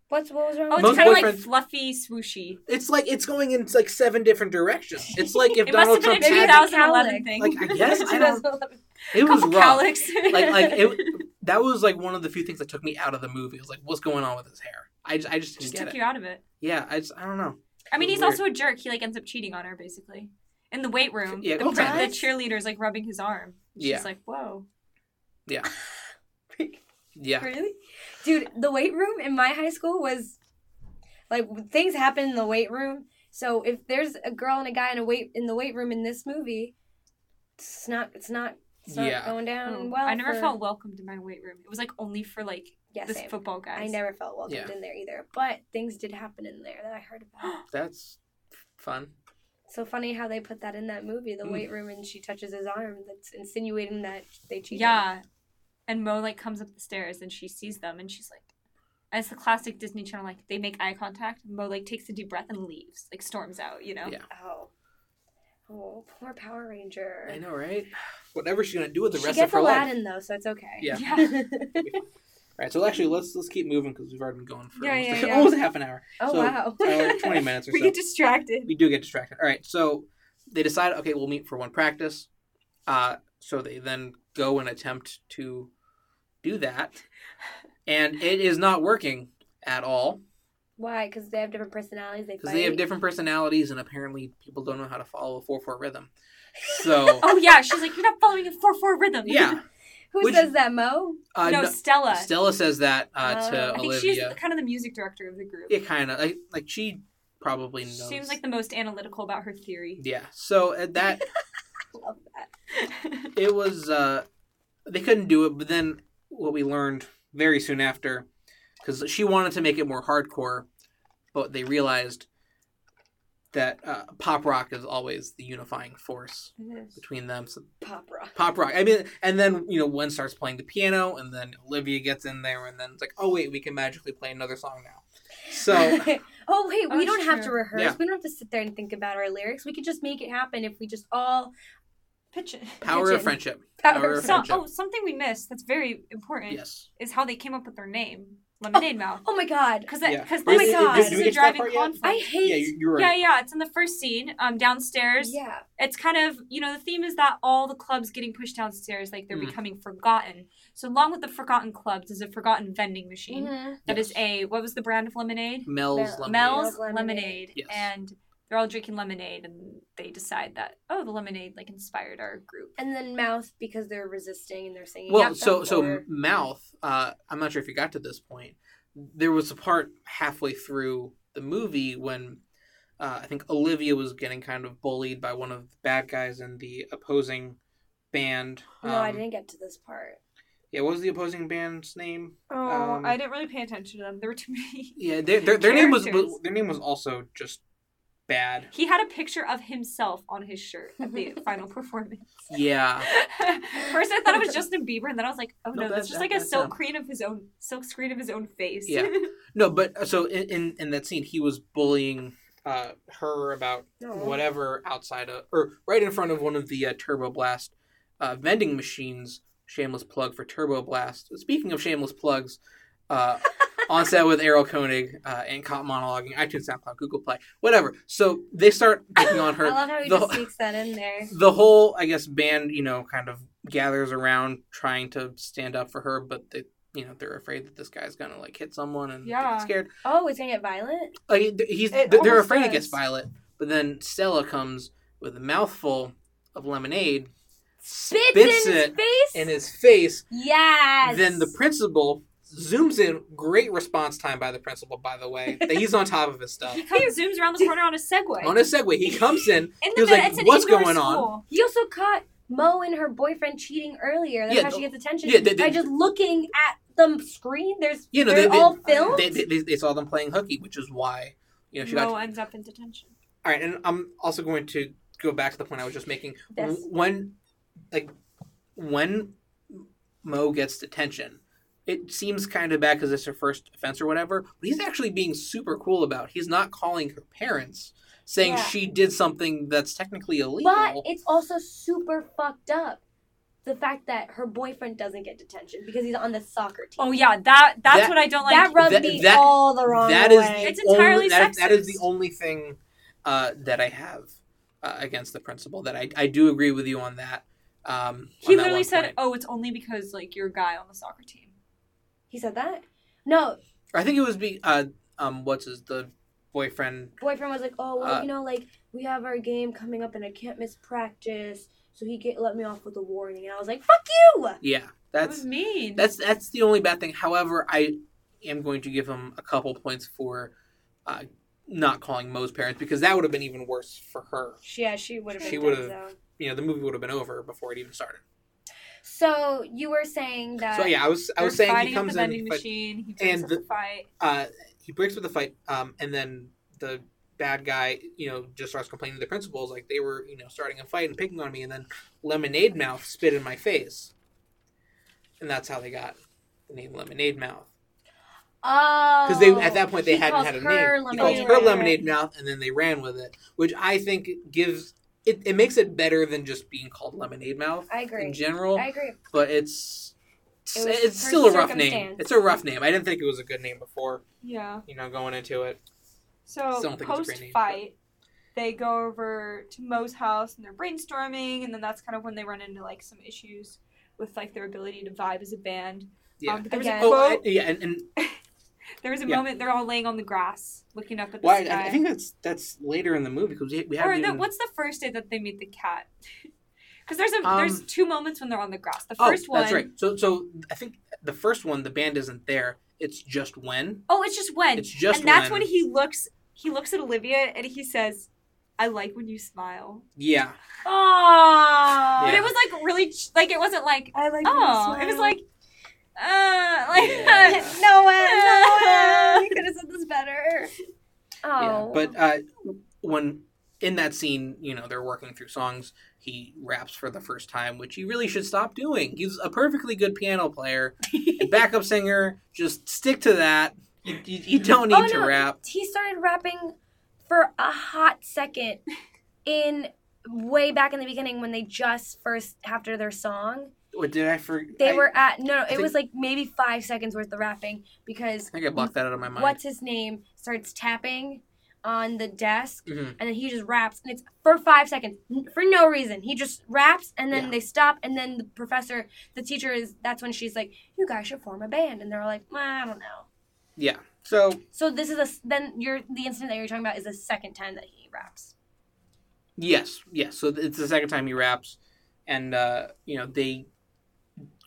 A: What's what was wrong?
C: Oh,
A: with
C: it's
B: Most
C: kind of like
B: boyfriends-
C: fluffy, swooshy.
B: It's like it's going in like seven different directions. It's like if
C: It
B: Donald
C: must have
B: Trump
C: been a
A: Maybe
B: had
A: that
C: 2011
A: Cowlick.
C: thing.
B: Like, I guess, I don't-
A: 2011?
B: It was
C: Couple
B: rough.
C: cowlicks.
B: Like like it. That was like one of the few things that took me out of the movie. I was like, what's going on with his hair? I just I just didn't
C: just
B: get
C: took
B: it.
C: you out of it.
B: Yeah, I just I don't know.
C: I mean,
B: It was
C: he's also a jerk. He like ends up cheating on her basically in the weight room.
B: Yeah,
C: the,
B: all
C: pri-
A: the time.
C: the cheerleader's like rubbing his arm. She's
B: Yeah.
C: like, "Whoa."
B: Yeah.
A: Really? Dude, the weight room in my high school was like things happen in the weight room. So if there's a girl and a guy in a weight in the weight room in this movie, it's not it's not it's not
B: Yeah.
A: going down
C: Oh,
A: Um, well.
C: I never
A: for-
C: felt welcomed in my weight room. It was like only for like
A: yeah,
C: this
A: same.
C: football guys.
A: I never felt welcomed
B: Yeah.
A: in there either. But things did happen in there that I heard about.
B: That's fun.
A: so funny how they put that in that movie, the
B: Mm.
A: weight room and she touches his arm. That's insinuating that they cheated.
C: Yeah. And Mo like comes up the stairs and she sees them and she's like and it's the classic Disney Channel like they make eye contact. Mo like takes a deep breath and leaves, like storms out, you know.
B: Yeah.
A: Oh. Oh, poor Power Ranger.
B: I know, right? Whatever she's gonna do with the
A: she
B: rest
A: gets
B: of her life.
A: Aladdin though, so it's okay. Oh,
B: Yeah.
C: Yeah.
B: All right. So actually, let's let's keep moving because we've already been going for
A: Yeah,
B: almost,
A: yeah, yeah.
B: almost a half an hour.
A: oh
B: So,
A: wow.
B: Uh, like Twenty minutes or
C: we
B: so.
C: get distracted.
B: we do get distracted. All right, so they decide, okay, we'll meet for one practice. Uh, so they then go and attempt to do that, and it is not working at all
A: Why? Because they have different personalities. They
B: because
A: fight.
B: they have different personalities and apparently people don't know how to follow a 4-4 rhythm. So,
C: Oh yeah, she's like, you're not following a four four rhythm.
B: yeah.
A: Who
B: Would
A: says that, Mo?
B: Uh,
C: no,
B: no-
C: Stella.
B: Stella says that uh, to
A: Oh.
C: I think she's
B: Olivia.
C: kind of the music director of the group.
B: It kind of like like she probably
C: She
B: knows.
C: Seems like the most analytical about her theory.
B: yeah. So at that
A: Love that.
B: it was uh they couldn't do it, but then what we learned very soon after cuz she wanted to make it more hardcore, but they realized that uh, pop rock is always the unifying force between them. So
A: Pop rock.
B: pop rock. I mean, and then you know, Wen starts playing the piano, and then Olivia gets in there, and then it's like, oh wait, we can magically play another song now. So
A: oh wait,
C: Oh,
A: we don't have to
C: sure.
A: rehearse.
B: Yeah.
A: We don't have to sit there and think about our lyrics. We could just make it happen if we just all
C: Pitch it.
B: power
A: Pigeon.
B: of friendship.
A: power.
B: Power of
A: song.
B: friendship.
C: So, oh, something we missed that's very important
B: Yes.
C: is how they came up with their name, Lemonade Mouth.
A: Oh my god.
C: Because
B: Yeah.
C: because
A: Oh my
C: this,
A: God.
C: this
A: Did
C: is
A: we
C: a
B: get to that
C: driving
B: part yet?
C: conflict.
A: I hate.
B: Yeah, you- you're
C: Yeah,
B: right.
C: yeah, it's in the first scene, um, downstairs.
A: yeah.
C: It's kind of you know the theme is that all the clubs getting pushed downstairs, like they're
B: Mm.
C: becoming forgotten. So along with the forgotten clubs is a forgotten vending machine
A: Mhm.
C: that is
B: Mm-hmm. Yes.
C: a what was the brand of lemonade?
B: Mel's
A: Mel-
B: lemonade.
C: Mel's
A: Mel's Lemonade.
C: lemonade,
B: Yes.
C: and they're all drinking lemonade, and they decide that oh, the lemonade like inspired our group.
A: And then mouth because they're resisting and they're singing.
B: Well,
A: at
B: so
A: them
B: so
A: or-
B: mouth. Uh, I'm not sure if you got to this point. There was a part halfway through the movie when uh, I think Olivia was getting kind of bullied by one of the bad guys in the opposing band.
A: No, I
B: Um,
A: didn't get to this part.
B: Yeah, what was the opposing band's name?
C: Oh,
B: Um,
C: I didn't really pay attention to them. There were too many.
B: Yeah, their their, their name was
C: Characters.
B: their name was also just bad.
C: He had a picture of himself on his shirt at the final performance.
B: Yeah,
C: First, I thought it was Justin Bieber, and then I was like, "Oh
B: Oh. No,
C: no,
B: that's-
C: that's just like a
B: that's
C: silk
B: him.
C: screen of his own silk screen of his own face."
B: Yeah. no, but uh, so in, in in that scene, he was bullying uh her about
A: No.
B: whatever outside of or right in front of one of the uh, Turbo Blast uh, vending machines. Shameless plug for Turbo Blast. Speaking of shameless plugs, uh, on set with Errol Koenig uh, and Cop monologuing, iTunes, SoundCloud, Google Play, whatever. So they start picking on her.
A: I love how he
B: the-
A: just sneaks that in there.
B: the whole i guess band you know kind of gathers around trying to stand up for her but they you know they're afraid that this guy's gonna like hit someone and
C: Yeah.
B: get scared
A: Oh, it's gonna get violent.
B: like th- he's
C: It
B: th- they're
C: almost
B: afraid it
C: does.
B: gets violet but then stella comes with a mouthful of lemonade
A: Spits,
B: Spits
A: in his
B: it
A: face.
B: in his face
A: yes.
B: then the principal zooms in great response time by the principal by the way that he's on top of his stuff
C: he comes, zooms around the corner on a Segway.
B: on a segway he comes in
C: in
B: he was
C: middle-
B: like,
C: it's an
B: "What's
C: indoor
B: going on?"
C: school.
A: He also caught Mo and her boyfriend cheating earlier. That's
B: Yeah,
A: how
B: the-
A: she gets attention.
B: yeah, they- they-
A: by just looking at the screen. There's
B: you know
A: they're
B: they, they,
A: all filmed.
B: they, they, they, they saw them playing hooky which is why you know she got
C: Mo ends up in detention.
B: All right, and I'm also going to go back to the point I was just making.
A: Yes.
B: W- When, like, when Mo gets detention, it seems kind of bad because it's her first offense or whatever. But he's actually being super cool about. it. He's not calling her parents, saying
A: Yeah.
B: she did something that's technically illegal.
A: but it's also super fucked up. The fact that her boyfriend doesn't get detention because he's on the soccer team.
C: Oh yeah, that that's
B: That-
C: what I don't like.
A: that rubbed
B: That-
A: me
B: that-
A: all the wrong
B: That is
A: way.
C: It's
B: the only,
C: entirely
B: that, that is the
C: sexist.
B: only thing uh, that I have uh, against the principal. That I, I do agree with you on that. Um,
C: he
B: on that
C: literally
B: one
C: said,
B: point.
C: "Oh, it's only because like you're a guy on the soccer team."
A: he said that. No,
B: I think it was be uh um what's his the boyfriend
A: boyfriend was like, "Oh, well,
B: Uh,
A: you know, like we have our game coming up and I can't miss practice." So he get, let me off with a warning, and I was like, "Fuck you!"
B: yeah
C: That was
B: that's
C: mean.
B: that's that's the only bad thing however I am going to give him a couple points for uh not calling Mo's parents because that would have been even worse for her
A: Yeah, she would have.
B: She
A: been
B: would
A: dead
B: have-
A: zone.
B: you know the movie would have been over before it even started
A: So you were saying that.
B: so yeah I was I
C: They're
B: was saying
C: fighting
B: he
C: at
B: comes
C: the
B: in
C: vending
B: he fight-
C: machine. He brings
B: and
C: up
B: the-
C: the fight.
B: uh he breaks with the fight um and then the bad guy you know just starts complaining to the principals like they were you know starting a fight and picking on me and then lemonade mouth spit in my face and that's how they got the name lemonade mouth
A: Oh.
B: because they at that point they
A: he
B: hadn't
A: calls
B: had a
A: her
B: name. He calls
A: Lemonade
B: her
A: Mouth.
B: lemonade mouth, and then they ran with it, which I think gives it. It makes it better than just being called lemonade mouth
A: I agree.
B: in general,
A: I agree.
B: but it's.
A: It was
B: It's, it's
A: her
B: still a rough name.
A: circumstance.
B: It's a rough name. I didn't think it was a good name before,
C: Yeah.
B: you know, going into it.
C: So
B: Still don't think it's a
C: post
B: great name, but-
C: fight, they go over to Mo's house and they're brainstorming, and then that's kind of when they run into like some issues with like their ability to vibe as a band.
B: Yeah.
C: Um, but there was
A: Again.
C: a
B: oh,
C: quote.
B: I- yeah, and, and
C: There was a
B: Yeah.
C: moment they're all laying on the grass looking up at the
B: Why?
C: sky.
B: I, I think that's that's later in the movie because we, we
C: or
B: haven't.
C: the,
B: even-
C: what's the first day that they meet the cat? Because there's a
B: Um,
C: there's two moments when they're on the grass. The
B: Oh,
C: first one,
B: That's right. So so I think the first one the band isn't there. It's just when.
C: oh, it's just when,
B: It's just
C: and that's
B: when.
C: when he looks he looks at Olivia and he says, "I like when you smile."
B: Yeah.
C: Oh, but
B: Yeah.
C: it was like really ch- like it wasn't like
A: I like.
C: oh, it was like uh like
B: Yeah.
A: no way, no way. You could have said this better.
B: Yeah,
A: Oh,
B: but uh, when in that scene, you know, they're working through songs, he raps for the first time, which he really should stop doing. He's a perfectly good piano player, and backup singer. Just stick to that. You, you, you don't need
A: Oh,
B: to
A: no.
B: rap.
A: he started rapping for a hot second in way back in the beginning when they just first after their song
B: What did I forget?
A: they were at no, no it
B: think-
A: was like maybe five seconds worth of rapping because
B: I think I blocked that out of my mind.
A: what's his name starts tapping on the desk
B: Mhm.
A: and then he just raps and it's for five seconds n- for no reason he just raps and then
B: Yeah.
A: they stop and then the professor the teacher is that's when she's like you guys should form a band and they're like "Well, i don't know
B: Yeah. So
A: so this is a s- then you're the incident that you're talking about is the second time that he raps.
B: Yes, yes. So th- it's the second time he raps, and uh, you know they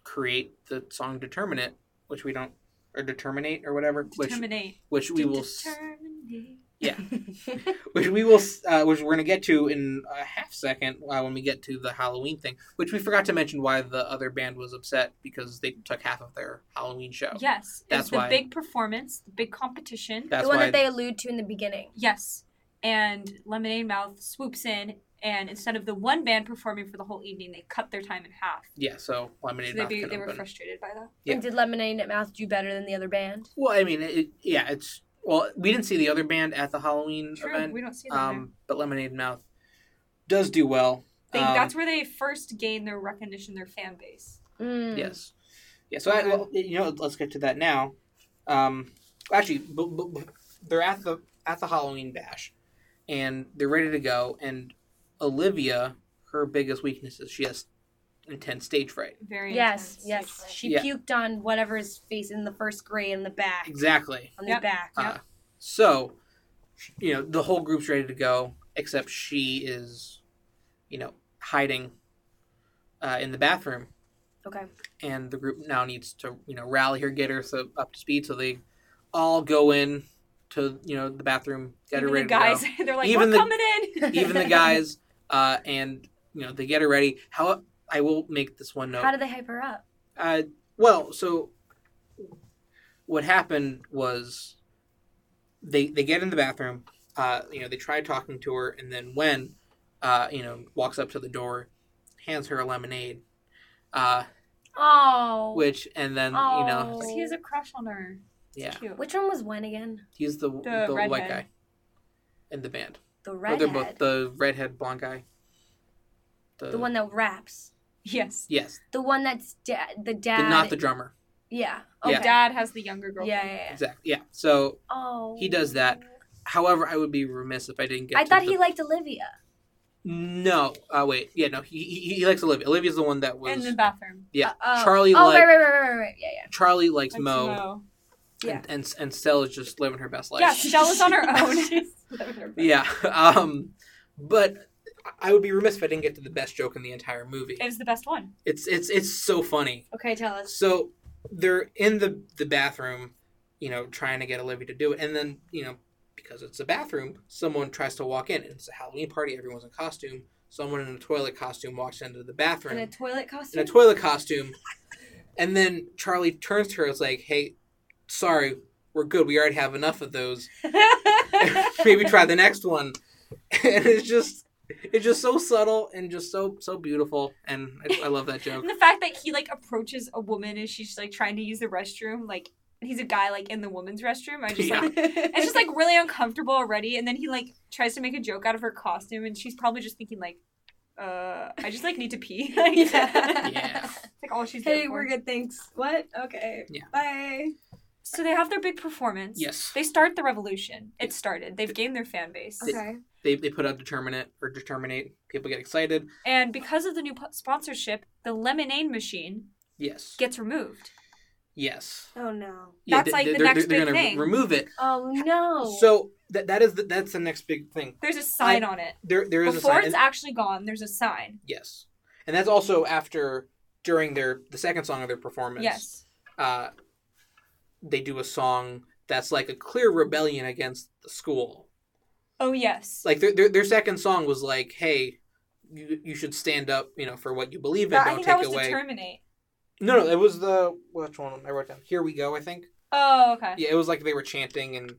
B: create the song "Determinate," which we don't or "Determinate" or whatever, which
C: determinate.
B: which we will s-
C: determinate.
B: which we will s- uh, which we're gonna get to in a half second uh, when we get to the Halloween thing, which we forgot to mention why the other band was upset because they took half of their Halloween show.
C: Yes,
B: That's
C: it's the
B: why-
C: big performance, the big competition.
B: That's
A: the one
B: why.
A: that they allude to in the beginning.
C: Yes. And Lemonade Mouth swoops in, and instead of the one band performing for the whole evening, they cut their time in half.
B: yeah, so
C: So
B: lemonade.
C: they,
B: Mouth
C: be,
B: can
C: they were
B: open.
C: frustrated by that.
B: Yeah.
A: And did Lemonade Mouth do better than the other band?
B: Well, I mean, it, yeah, it's well, we didn't see the other band at the Halloween
C: True,
B: event,
C: we don't see them. there.
B: um, but Lemonade Mouth does do well.
C: They,
B: Um,
C: that's where they first gain their recognition, their fan base.
A: Mm.
B: Yes. Yeah. So I, well, you know, let's get to that now. Um, actually, b- b- b- they're at the at the Halloween bash, and they're ready to go. And Olivia, her biggest weakness is she has intense stage fright.
C: Very
A: Yes,
C: intense.
A: yes. She
B: Yeah.
A: puked on whatever's face in the first grade in the back.
B: Exactly.
A: On
C: Yep.
A: the back.
B: Uh, so, you know, the whole group's ready to go, except she is, you know, hiding uh, in the bathroom.
A: Okay.
B: and the group now needs to you know rally her, get her so up to speed, so they all go in to you know the bathroom, get
C: Even
B: her ready
C: the guys,
B: to
C: they're like,
B: Even
C: we're
B: the-
C: coming in.
B: go. Even the guys, uh, and you know they get her ready. How I will make this one note.
A: How did they hype her up?
B: uh, well, so what happened was they they get in the bathroom. Uh, you know they try talking to her, and then when uh, you know walks up to the door, hands her a lemonade. Uh,
A: Oh.
B: which and then you know
A: Oh.
C: He has a crush on her. It's
B: yeah
C: cute.
A: Which one was when again?
B: He's the the,
C: The
B: white
C: redhead.
B: guy in the band.
A: The
B: Or
A: redhead.
B: they're both the redhead blonde guy.
A: the one that raps.
C: Yes.
B: Yes,
A: The one that's da- the
B: the-
A: dad.
B: not the drummer.
A: Yeah.
B: Yeah.
A: Okay.
C: The dad has the younger
A: Yeah,
C: girl.
A: yeah, yeah.
B: Exactly. Yeah. So,
A: Oh.
B: He does that. however, I would be remiss if I didn't get.
A: I
B: to
A: thought
B: the-
A: he liked Olivia.
B: No. Uh, wait. Yeah. No. He, he he likes Olivia. Olivia's the one that was.
C: In the bathroom.
B: yeah.
A: Uh, oh.
B: Charlie
A: Oh, right,
B: like
A: right, right, right, right. Yeah, yeah.
B: Charlie likes
C: That's
B: Mo.
C: Mo.
A: Yeah.
B: And, and and Stella's just living her best life.
C: Yeah, Stella's on her own.
B: Yeah. Um, but I would be remiss if I didn't get to the best joke in the entire movie.
C: It was the best one.
B: It's it's it's so funny.
A: Okay, tell us.
B: So they're in the the bathroom, you know, trying to get Olivia to do it, and then you know, because it's a bathroom, someone tries to walk in. It's a Halloween party. Everyone's in costume. Someone in a toilet costume walks into the bathroom
A: In a toilet
B: in
A: costume?
B: a toilet costume, and then Charlie turns to her. It's like, hey, sorry, we're good. We already have enough of those. Maybe try the next one. And it's just. It's just so subtle and just so so beautiful, and I, I love that joke.
C: And the fact that he like approaches a woman as she's like trying to use the restroom, like and he's a guy like in the woman's restroom. I just
B: Yeah.
C: like it's just like really uncomfortable already. And then he like tries to make a joke out of her costume, and she's probably just thinking like, uh, I just like need to pee. like,
B: Yeah.
C: it's, like all she's there
A: Hey,
C: for.
A: we're good, thanks. What? Okay.
B: Yeah.
A: Bye.
C: So they have their big performance.
B: Yes,
C: They start the revolution. It started. They've gained their fan base.
A: Okay.
B: they, they put out determinate or determinate people get excited
C: And because of the new po- sponsorship, the lemonade machine
B: yes
C: gets removed.
B: Yes.
A: Oh no.
C: That's like the
B: they're-
C: next
B: they're
C: big
B: gonna re-
C: thing.
B: remove it.
A: Oh no.
B: So that that is the, that's the next big thing.
C: There's a sign on it.
B: There there is
C: Before
B: a sign.
C: it's
B: and-
C: actually gone, there's a sign.
B: yes, and that's also after during their the second song of their performance.
C: Yes.
B: uh, they do a song that's like a clear rebellion against the school.
C: Oh yes.
B: Like their their, their second song was like, "Hey, you you should stand up, you know, for what you believe in.
C: That- I
B: don't
C: think that
B: take
C: was to
B: away."
C: terminate.
B: no, no, it was the which one I wrote down. Here we go. I think.
C: Oh okay.
B: Yeah, it was like they were chanting and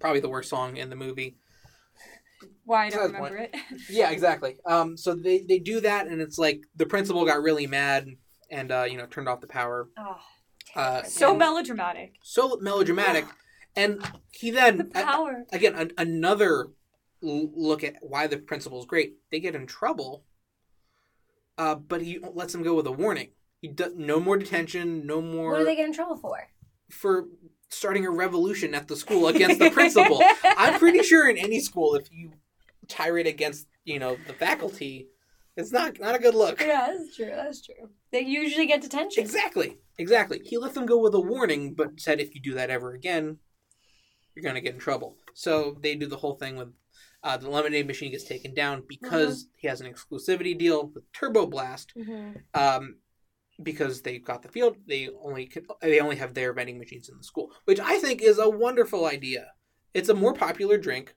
B: probably the worst song in the movie.
C: Why I
B: Besides
C: don't remember it.
B: Yeah, exactly. Um, so they, they do that, and it's like the principal got really mad and uh, you know turned off the power.
A: Oh,
B: Uh,
C: so
B: and-
C: melodramatic.
B: so melodramatic, and he then
C: The power.
B: a- again an, another l- look at why the principal's great. They get in trouble, uh, but he lets them go with a warning. He does no more detention, no more
A: what do they get in trouble for?
B: for starting a revolution at the school against the principal. I'm pretty sure in any school, if you tirade against you know the faculty, it's not not a good look.
A: yeah, that's true. That's true. They usually get detention.
B: Exactly, exactly. He let them go with a warning, but said if you do that ever again, you're gonna get in trouble. So they do the whole thing with uh, the lemonade machine gets taken down because he has an exclusivity deal with Turbo Blast.
A: Mhm.
B: Um, because they got the field, they only could, they only have their vending machines in the school, which I think is a wonderful idea. It's a more popular drink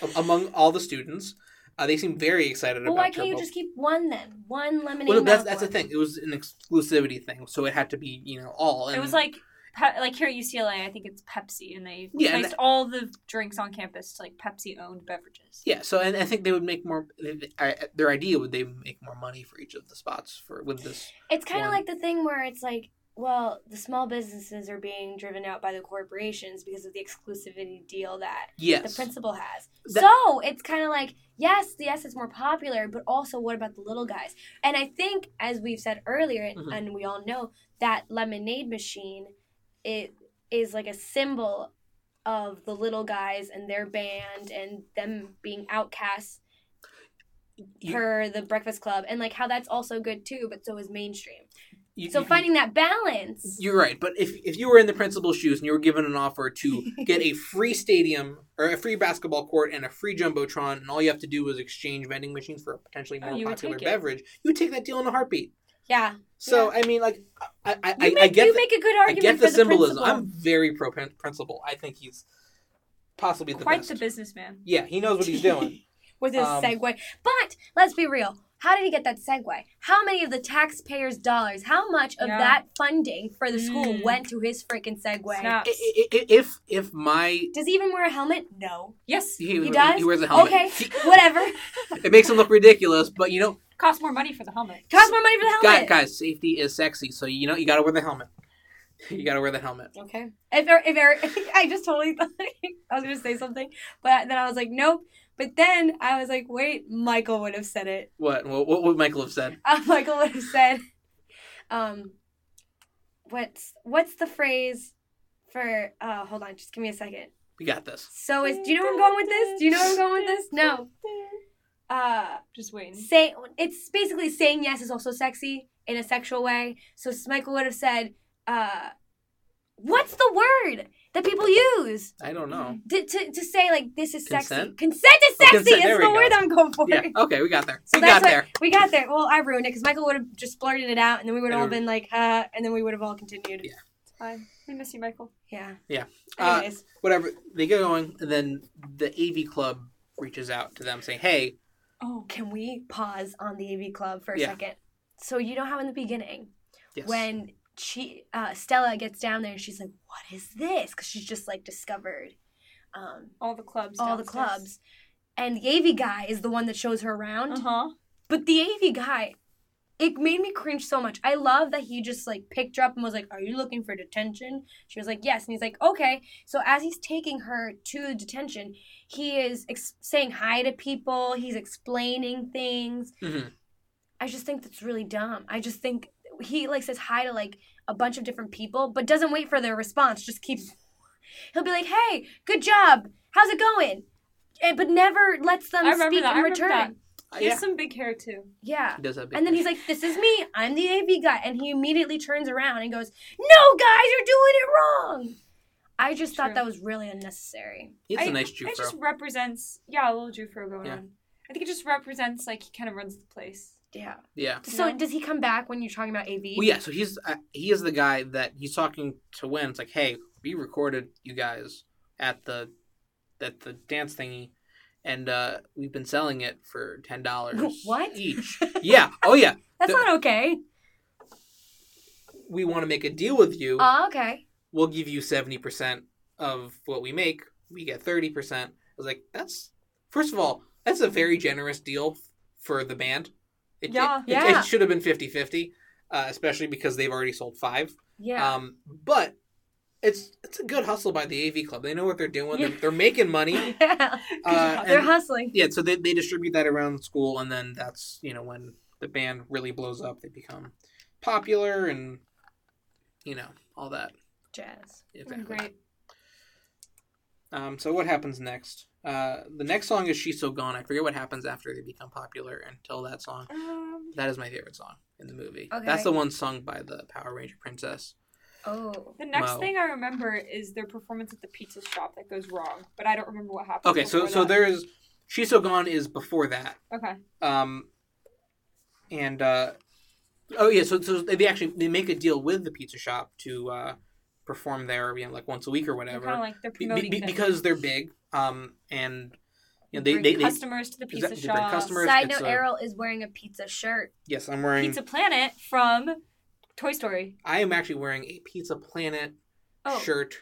B: a- among all the students. Uh, they seem very excited
A: Well,
B: about.
A: why can't you
B: Turbo
A: just keep one then? One lemonade.
B: well, no, that's that's
A: mouthful.
B: the thing. It was an exclusivity thing, so it had to be you know all. And
C: It was like pe- like here at UCLA, I think it's Pepsi, and they
B: Yeah, and
C: placed all the drinks on campus to like Pepsi owned beverages.
B: yeah. So and I think they would make more. I- Their idea would they make more money for each of the spots for with this.
A: It's kind of
B: one.
A: like the thing where it's like, well, the small businesses are being driven out by the corporations because of the exclusivity deal that
B: Yes,
A: the principal has.
B: That-
A: so it's kind of like, yes, the yes is more popular, but also what about the little guys? And I think, as we've said earlier, and-
B: Mhm.
A: and we all know, that lemonade machine it is like a symbol of the little guys and their band and them being outcasts
B: You-
A: per the Breakfast Club and like how that's also good too, but so is mainstream.
B: You-
A: So
B: you-
A: finding that balance.
B: You're right, but if if you were in the principal's shoes and you were given an offer to get a free stadium or a free basketball court and a free jumbotron, and all you have to do is exchange vending machines for a potentially
C: Oh,
B: more
C: you would
B: popular
C: take it.
B: beverage, you would take that deal in a heartbeat.
A: yeah.
B: So I mean, like, I I,
A: You,
B: I,
A: make,
B: I get
A: you
B: the-
A: make a good
B: I
A: argument
B: get the
A: for the
B: symbolism.
A: principal.
B: I'm very pro prin- principal. I think he's possibly the
C: Quite
B: best.
C: the businessman.
B: yeah, he knows what he's doing.
A: with his
B: Um,
A: segue. But let's be real. How did he get that segue? How many of the taxpayers' dollars, how much of
C: Yeah.
A: that funding for the school
C: Mm.
A: went to his freaking segue?
B: I-
C: Snaps.
B: I- I- if if my
A: Does he even wear a helmet? No.
C: yes,
B: he, he
A: does?
B: wears a helmet,
A: Okay.
B: He-
A: Whatever.
B: it makes him look ridiculous. But you know,
C: cost more money for the helmet.
A: Cost more money for the
B: guys,
A: helmet.
B: guys, safety is sexy. So you know, you gotta wear the helmet. You gotta wear the helmet.
A: Okay. If there, if there, I just totally thought I was gonna say something, but then I was like, nope. But then I was like, wait, Michael would have said it.
B: What what, what would Michael have said?
A: Uh, Michael would have said, um, what's what's the phrase for? Uh, hold on, just give me a second.
B: We got this.
A: So is do you know where I'm going with this? Do you know where I'm going with this? No. Uh
C: Just waiting.
A: say it's basically saying yes is also sexy in a sexual way. So Michael would have said, uh what's the word that people use
B: I don't know.
A: to, to, to say like this is sexy?
B: Consent?
A: Consent, is
B: Oh,
A: sexy.
B: consent,
A: That's
B: there we
A: the
B: go.
A: word I'm going for.
B: Yeah. Okay, we got there.
A: So
B: we got
A: that's what-
B: there.
A: We got there. Well, I ruined it because Michael would have just blurted it out, and then we would have all
B: Anyway.
A: been like, "Huh," and then we would have all continued.
B: Yeah.
C: Hi, we miss you, Michael.
A: Yeah.
B: Yeah. Uh,
A: Anyways,
B: Whatever. They get going, and then the AV club reaches out to them saying, "Hey,
C: Oh,
A: can we pause on the AV Club for a
B: Yeah.
A: second? So you know how in the beginning
B: yes,
A: when she uh, Stella gets down there, she's like, "What is this?" Because she's just like discovered um,
C: all the clubs.
A: all the clubs, and the AV guy is the one that shows her around.
C: Uh huh.
A: But the AV guy, it made me cringe so much. I love that he just like picked her up and was like, Are you looking for detention? She was like, Yes. And he's like, Okay. So as he's taking her to detention, he is ex- saying hi to people, he's explaining things.
B: Mhm.
A: I just think that's really dumb. I just think he like says hi to like a bunch of different people, but doesn't wait for their response, just keeps. He'll be like, Hey, good job. How's it going? And, but never lets them
C: I remember
A: speak
C: that.
A: in
C: I remember
A: return.
C: that. He
B: yeah,
C: has some big hair too.
A: Yeah.
B: he does have big
A: And then he's
B: hair.
A: like, "This is me. I'm the AV guy." And he immediately turns around and goes, "No, guys, you're doing it wrong." I just
C: True.
A: thought that was really unnecessary.
B: It's a nice Jufro.
C: It just represents, yeah, a little Jufro going
B: Yeah.
C: on. I think it just represents like he kind of runs the place.
A: Yeah.
B: yeah.
A: So
C: No.
A: does he come back when you're talking about AV?
B: Well, yeah. So he's uh, he is the guy that he's talking to when it's like, hey, we recorded you guys at the at the dance thingy, and uh, we've been selling it for ten dollars
A: What?
B: each. yeah. Oh yeah.
A: That's
B: the-
A: not okay.
B: We want to make a deal with you.
A: Oh, okay.
B: we'll give you seventy percent of what we make. We get thirty percent. I was like, that's first of all, that's a very generous deal for the band. It, it-
C: Yeah.
B: it, it
A: Yeah.
B: should have been 50-50, uh, especially because they've already sold five.
A: Yeah.
B: Um, but it's it's a good hustle by the AV club. They know what they're doing.
A: Yeah.
B: They're, they're making money.
A: yeah.
B: Uh,
A: They're
B: Um, and-
A: hustling.
B: yeah, so they, they distribute that around school, and then that's you know when the band really blows up. They become popular, and you know all that.
A: Jazz.
B: Exactly.
C: Great.
B: Um, so what happens next? Uh, the next song is "She's So Gone." I forget what happens after they become popular until that song.
C: Um,
B: That is my favorite song in the movie.
A: Okay.
B: That's the one sung by the Power Ranger princess.
A: Oh.
C: the next
B: Wow.
C: thing I remember is their performance at the pizza shop that goes wrong, but I don't remember what happened.
B: Okay, so
C: before
B: so
C: that.
B: there is "She's So Gone" is before that.
C: Okay.
B: Um, and uh, oh yeah, so so they actually they make a deal with the pizza shop to uh, perform there, you know, like once a week or
C: They're
B: whatever,
C: kind of like they're
B: Be-
C: promoting
B: be-
C: things.
B: because they're big. Um, and you know, they
C: Bring
B: they, they
C: customers to the pizza
B: Exactly,
C: shop.
B: bring customers.
A: Side
B: it's
A: note:
B: a-
A: Errol is wearing a pizza shirt.
B: yes, I'm wearing.
C: Pizza Planet from Toy Story.
B: I am actually wearing a Pizza Planet
C: Oh,
B: shirt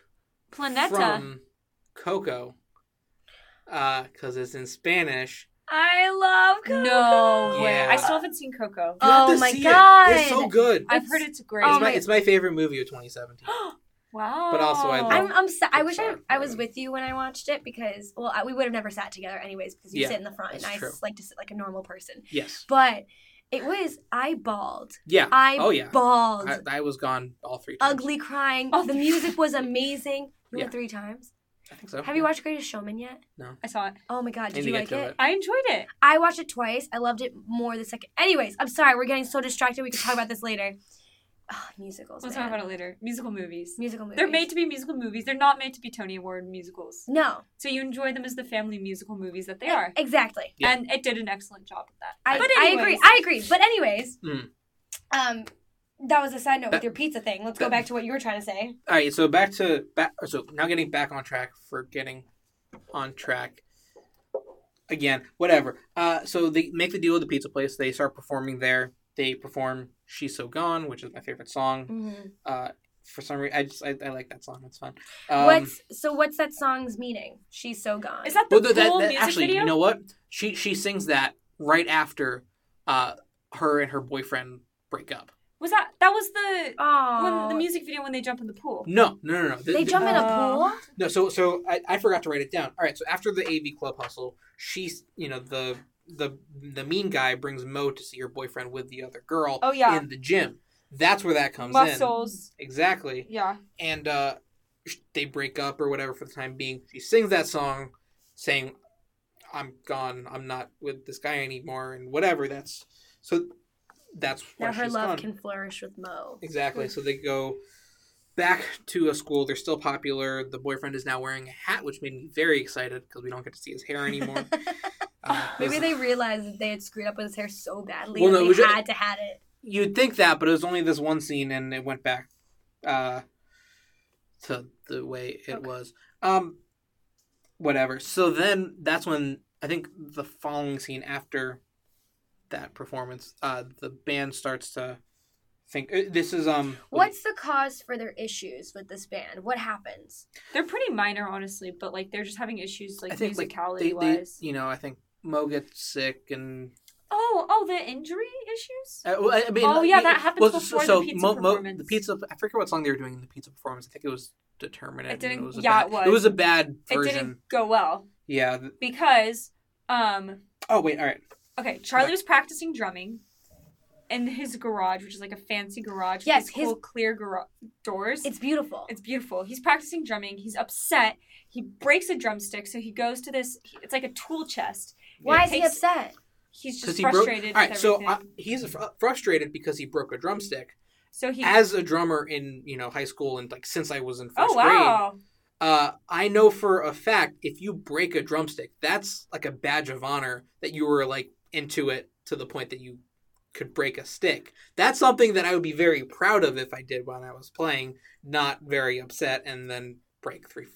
C: Planeta.
B: from Coco, because it's in Spanish.
A: I love Coco.
C: No way.
B: Yeah.
C: I still haven't seen Coco.
A: Oh,
B: You have to
A: my
B: see it. It's so
A: God.
B: good.
C: I've heard it's great.
A: Oh
B: it's, my,
A: my-
B: it's my favorite movie of 2017.
C: wow.
B: But also I love-
A: I'm, I'm sa- I wish I,
B: Sorry.
A: I was with you when I watched it because well I, we would have never sat together anyways because you
B: Yeah,
A: sit in the front and
B: that's
A: I
B: true.
A: like to sit like a normal person
B: yes.
A: but it was I bawled
B: Yeah.
A: I
B: oh yeah.
A: bawled
B: I, I was gone all three. Times.
A: ugly crying
C: Oh.
A: the music was amazing you
B: Yeah.
A: went three times
B: I think so.
A: have you watched Greatest Showman yet
C: I saw it.
A: oh my god
B: Need
A: did
B: to
A: you
B: get
A: like
B: to
A: it?
B: it.
C: I enjoyed it.
A: I watched it twice I loved it more the second anyways I'm sorry we're getting so distracted we can talk about this later Ugh, musicals
C: We'll
A: man.
C: talk about it later. Musical movies.
A: musical movies
C: They're made to be musical movies. They're not made to be Tony Award musicals.
A: no
C: So you enjoy them as the family musical movies that they are.
A: exactly
B: Yeah.
C: And it did an excellent job of that.
A: I,
C: but
A: I agree.
C: anyways.
A: I agree. But anyways,
B: Mm.
A: um, that was a side note with
B: That-
A: your pizza thing. Let's
B: that-
A: go back to what you were trying to say.
B: All right. So back to back. So now getting back on track for getting on track. Again, whatever. Uh, so they make the deal with the pizza place. They start performing there. They perform "She's So Gone," which is my favorite song.
C: Mm-hmm.
B: uh for some reason i just I, I like that song it's fun um
A: what's so? What's that song's meaning? She's so gone.
C: Is that the
B: well,
C: full
B: th- that- that-
C: music
B: actually
C: video?
B: you know what she she sings that right after uh her and her boyfriend break up
C: was that that was the
A: oh
C: when, the music video when they jump in the pool?
B: no no no no The-
A: They
B: the-
A: jump in a pool.
C: Oh.
B: no so so I, I forgot to write it down all right so after the av club hustle she's you know the the the mean guy brings mo to see her boyfriend with the other girl
C: Oh, yeah.
B: in the gym that's where that comes
C: Muscles.
B: in exactly
C: Yeah.
B: and uh, sh- they break up or whatever for the time being. She sings that song, saying, "I'm gone. I'm not with this guy anymore," and whatever. That's so. That's
A: Now
B: where
A: her
B: she's
A: love
B: gone.
A: can flourish with Mo.
B: exactly. So they go back to a school. They're still popular. The boyfriend is now wearing a hat, which made me very excited because we don't get to see his hair anymore. Uh,
A: Maybe
B: this-
A: they realized that they had screwed up with his hair so badly
B: Well,
A: that
B: no, it was
A: they
B: ju-
A: had to had it.
B: You'd think that, but it was only this one scene, and it went back uh, to the way it
A: Okay.
B: was. Um, whatever. So then that's when I think the following scene after that performance, uh, the band starts to think uh, this is um
A: What's the cause for their issues with this band? What happens?
C: They're pretty minor, honestly, but like they're just having issues like
B: I think like
C: musicality
B: they, they
C: wise.
B: you know I think Mo gets sick and
C: Oh, oh, the injury issues.
B: uh, well, I I mean
C: Oh, yeah,
B: it-
C: that
B: it-
C: happens before the pizza performance.
B: the pizza I forget what song they were doing in the pizza performance I think it was Determinant
C: It
B: and
C: didn't-
B: was a
C: yeah,
B: bad,
C: it was.
B: it was a bad
C: it
B: version
C: didn't go well
B: yeah th-
C: because um
B: Oh wait, all right.
C: okay, Charlie was practicing drumming in his garage, which is like a fancy garage. with
A: Yes,
C: these
A: his-
C: cool clear garage doors.
A: It's beautiful.
C: It's beautiful. He's practicing drumming. He's upset. He breaks a drumstick, so he goes to this. It's like a tool chest.
A: Why
C: It
A: is he
C: takes-
A: upset?
C: He's
B: because
C: just
B: he broke.
C: frustrated.
B: All right,
C: with
B: so
C: everything.
B: uh, he's fr- frustrated because he broke a drumstick.
C: so he.
B: As a drummer in you know high school and like since I was in first
C: oh wow!
B: grade, uh, I know for a fact if you break a drumstick, that's like a badge of honor that you were like into it to the point that you could break a stick. That's something that I would be very proud of if I did when I was playing, not very upset and then break three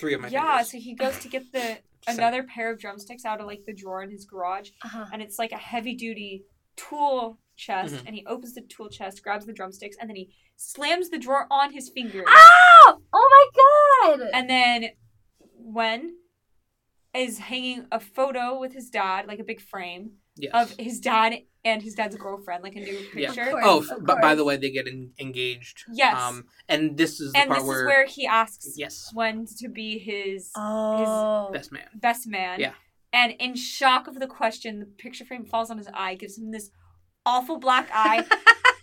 B: three of my
C: yeah,
B: fingers.
C: so he goes to get the
B: Just saying.
C: another pair of drumsticks out of like the drawer in his garage,
A: Uh-huh.
C: and it's like a heavy duty tool chest.
B: Mhm.
C: And he opens the tool chest, grabs the drumsticks, and then he slams the drawer on his finger.
B: Ah!
A: Ow! Oh my god!
C: And then when is hanging a photo with his dad, like a big frame
B: Yes.
C: of his dad and his dad's girlfriend, like a new
B: Yeah.
C: picture.
A: course.
B: Oh,
A: Of
B: f- but by
A: course.
B: the way, they get en- engaged.
C: Yes.
B: Um, and this is the
C: and
B: part
C: this is where he asks
B: yes,
C: one to be his
A: oh.
B: best man.
C: best man.
B: Yeah.
C: And in shock of the question, the picture frame falls on his eye, gives him this awful black eye.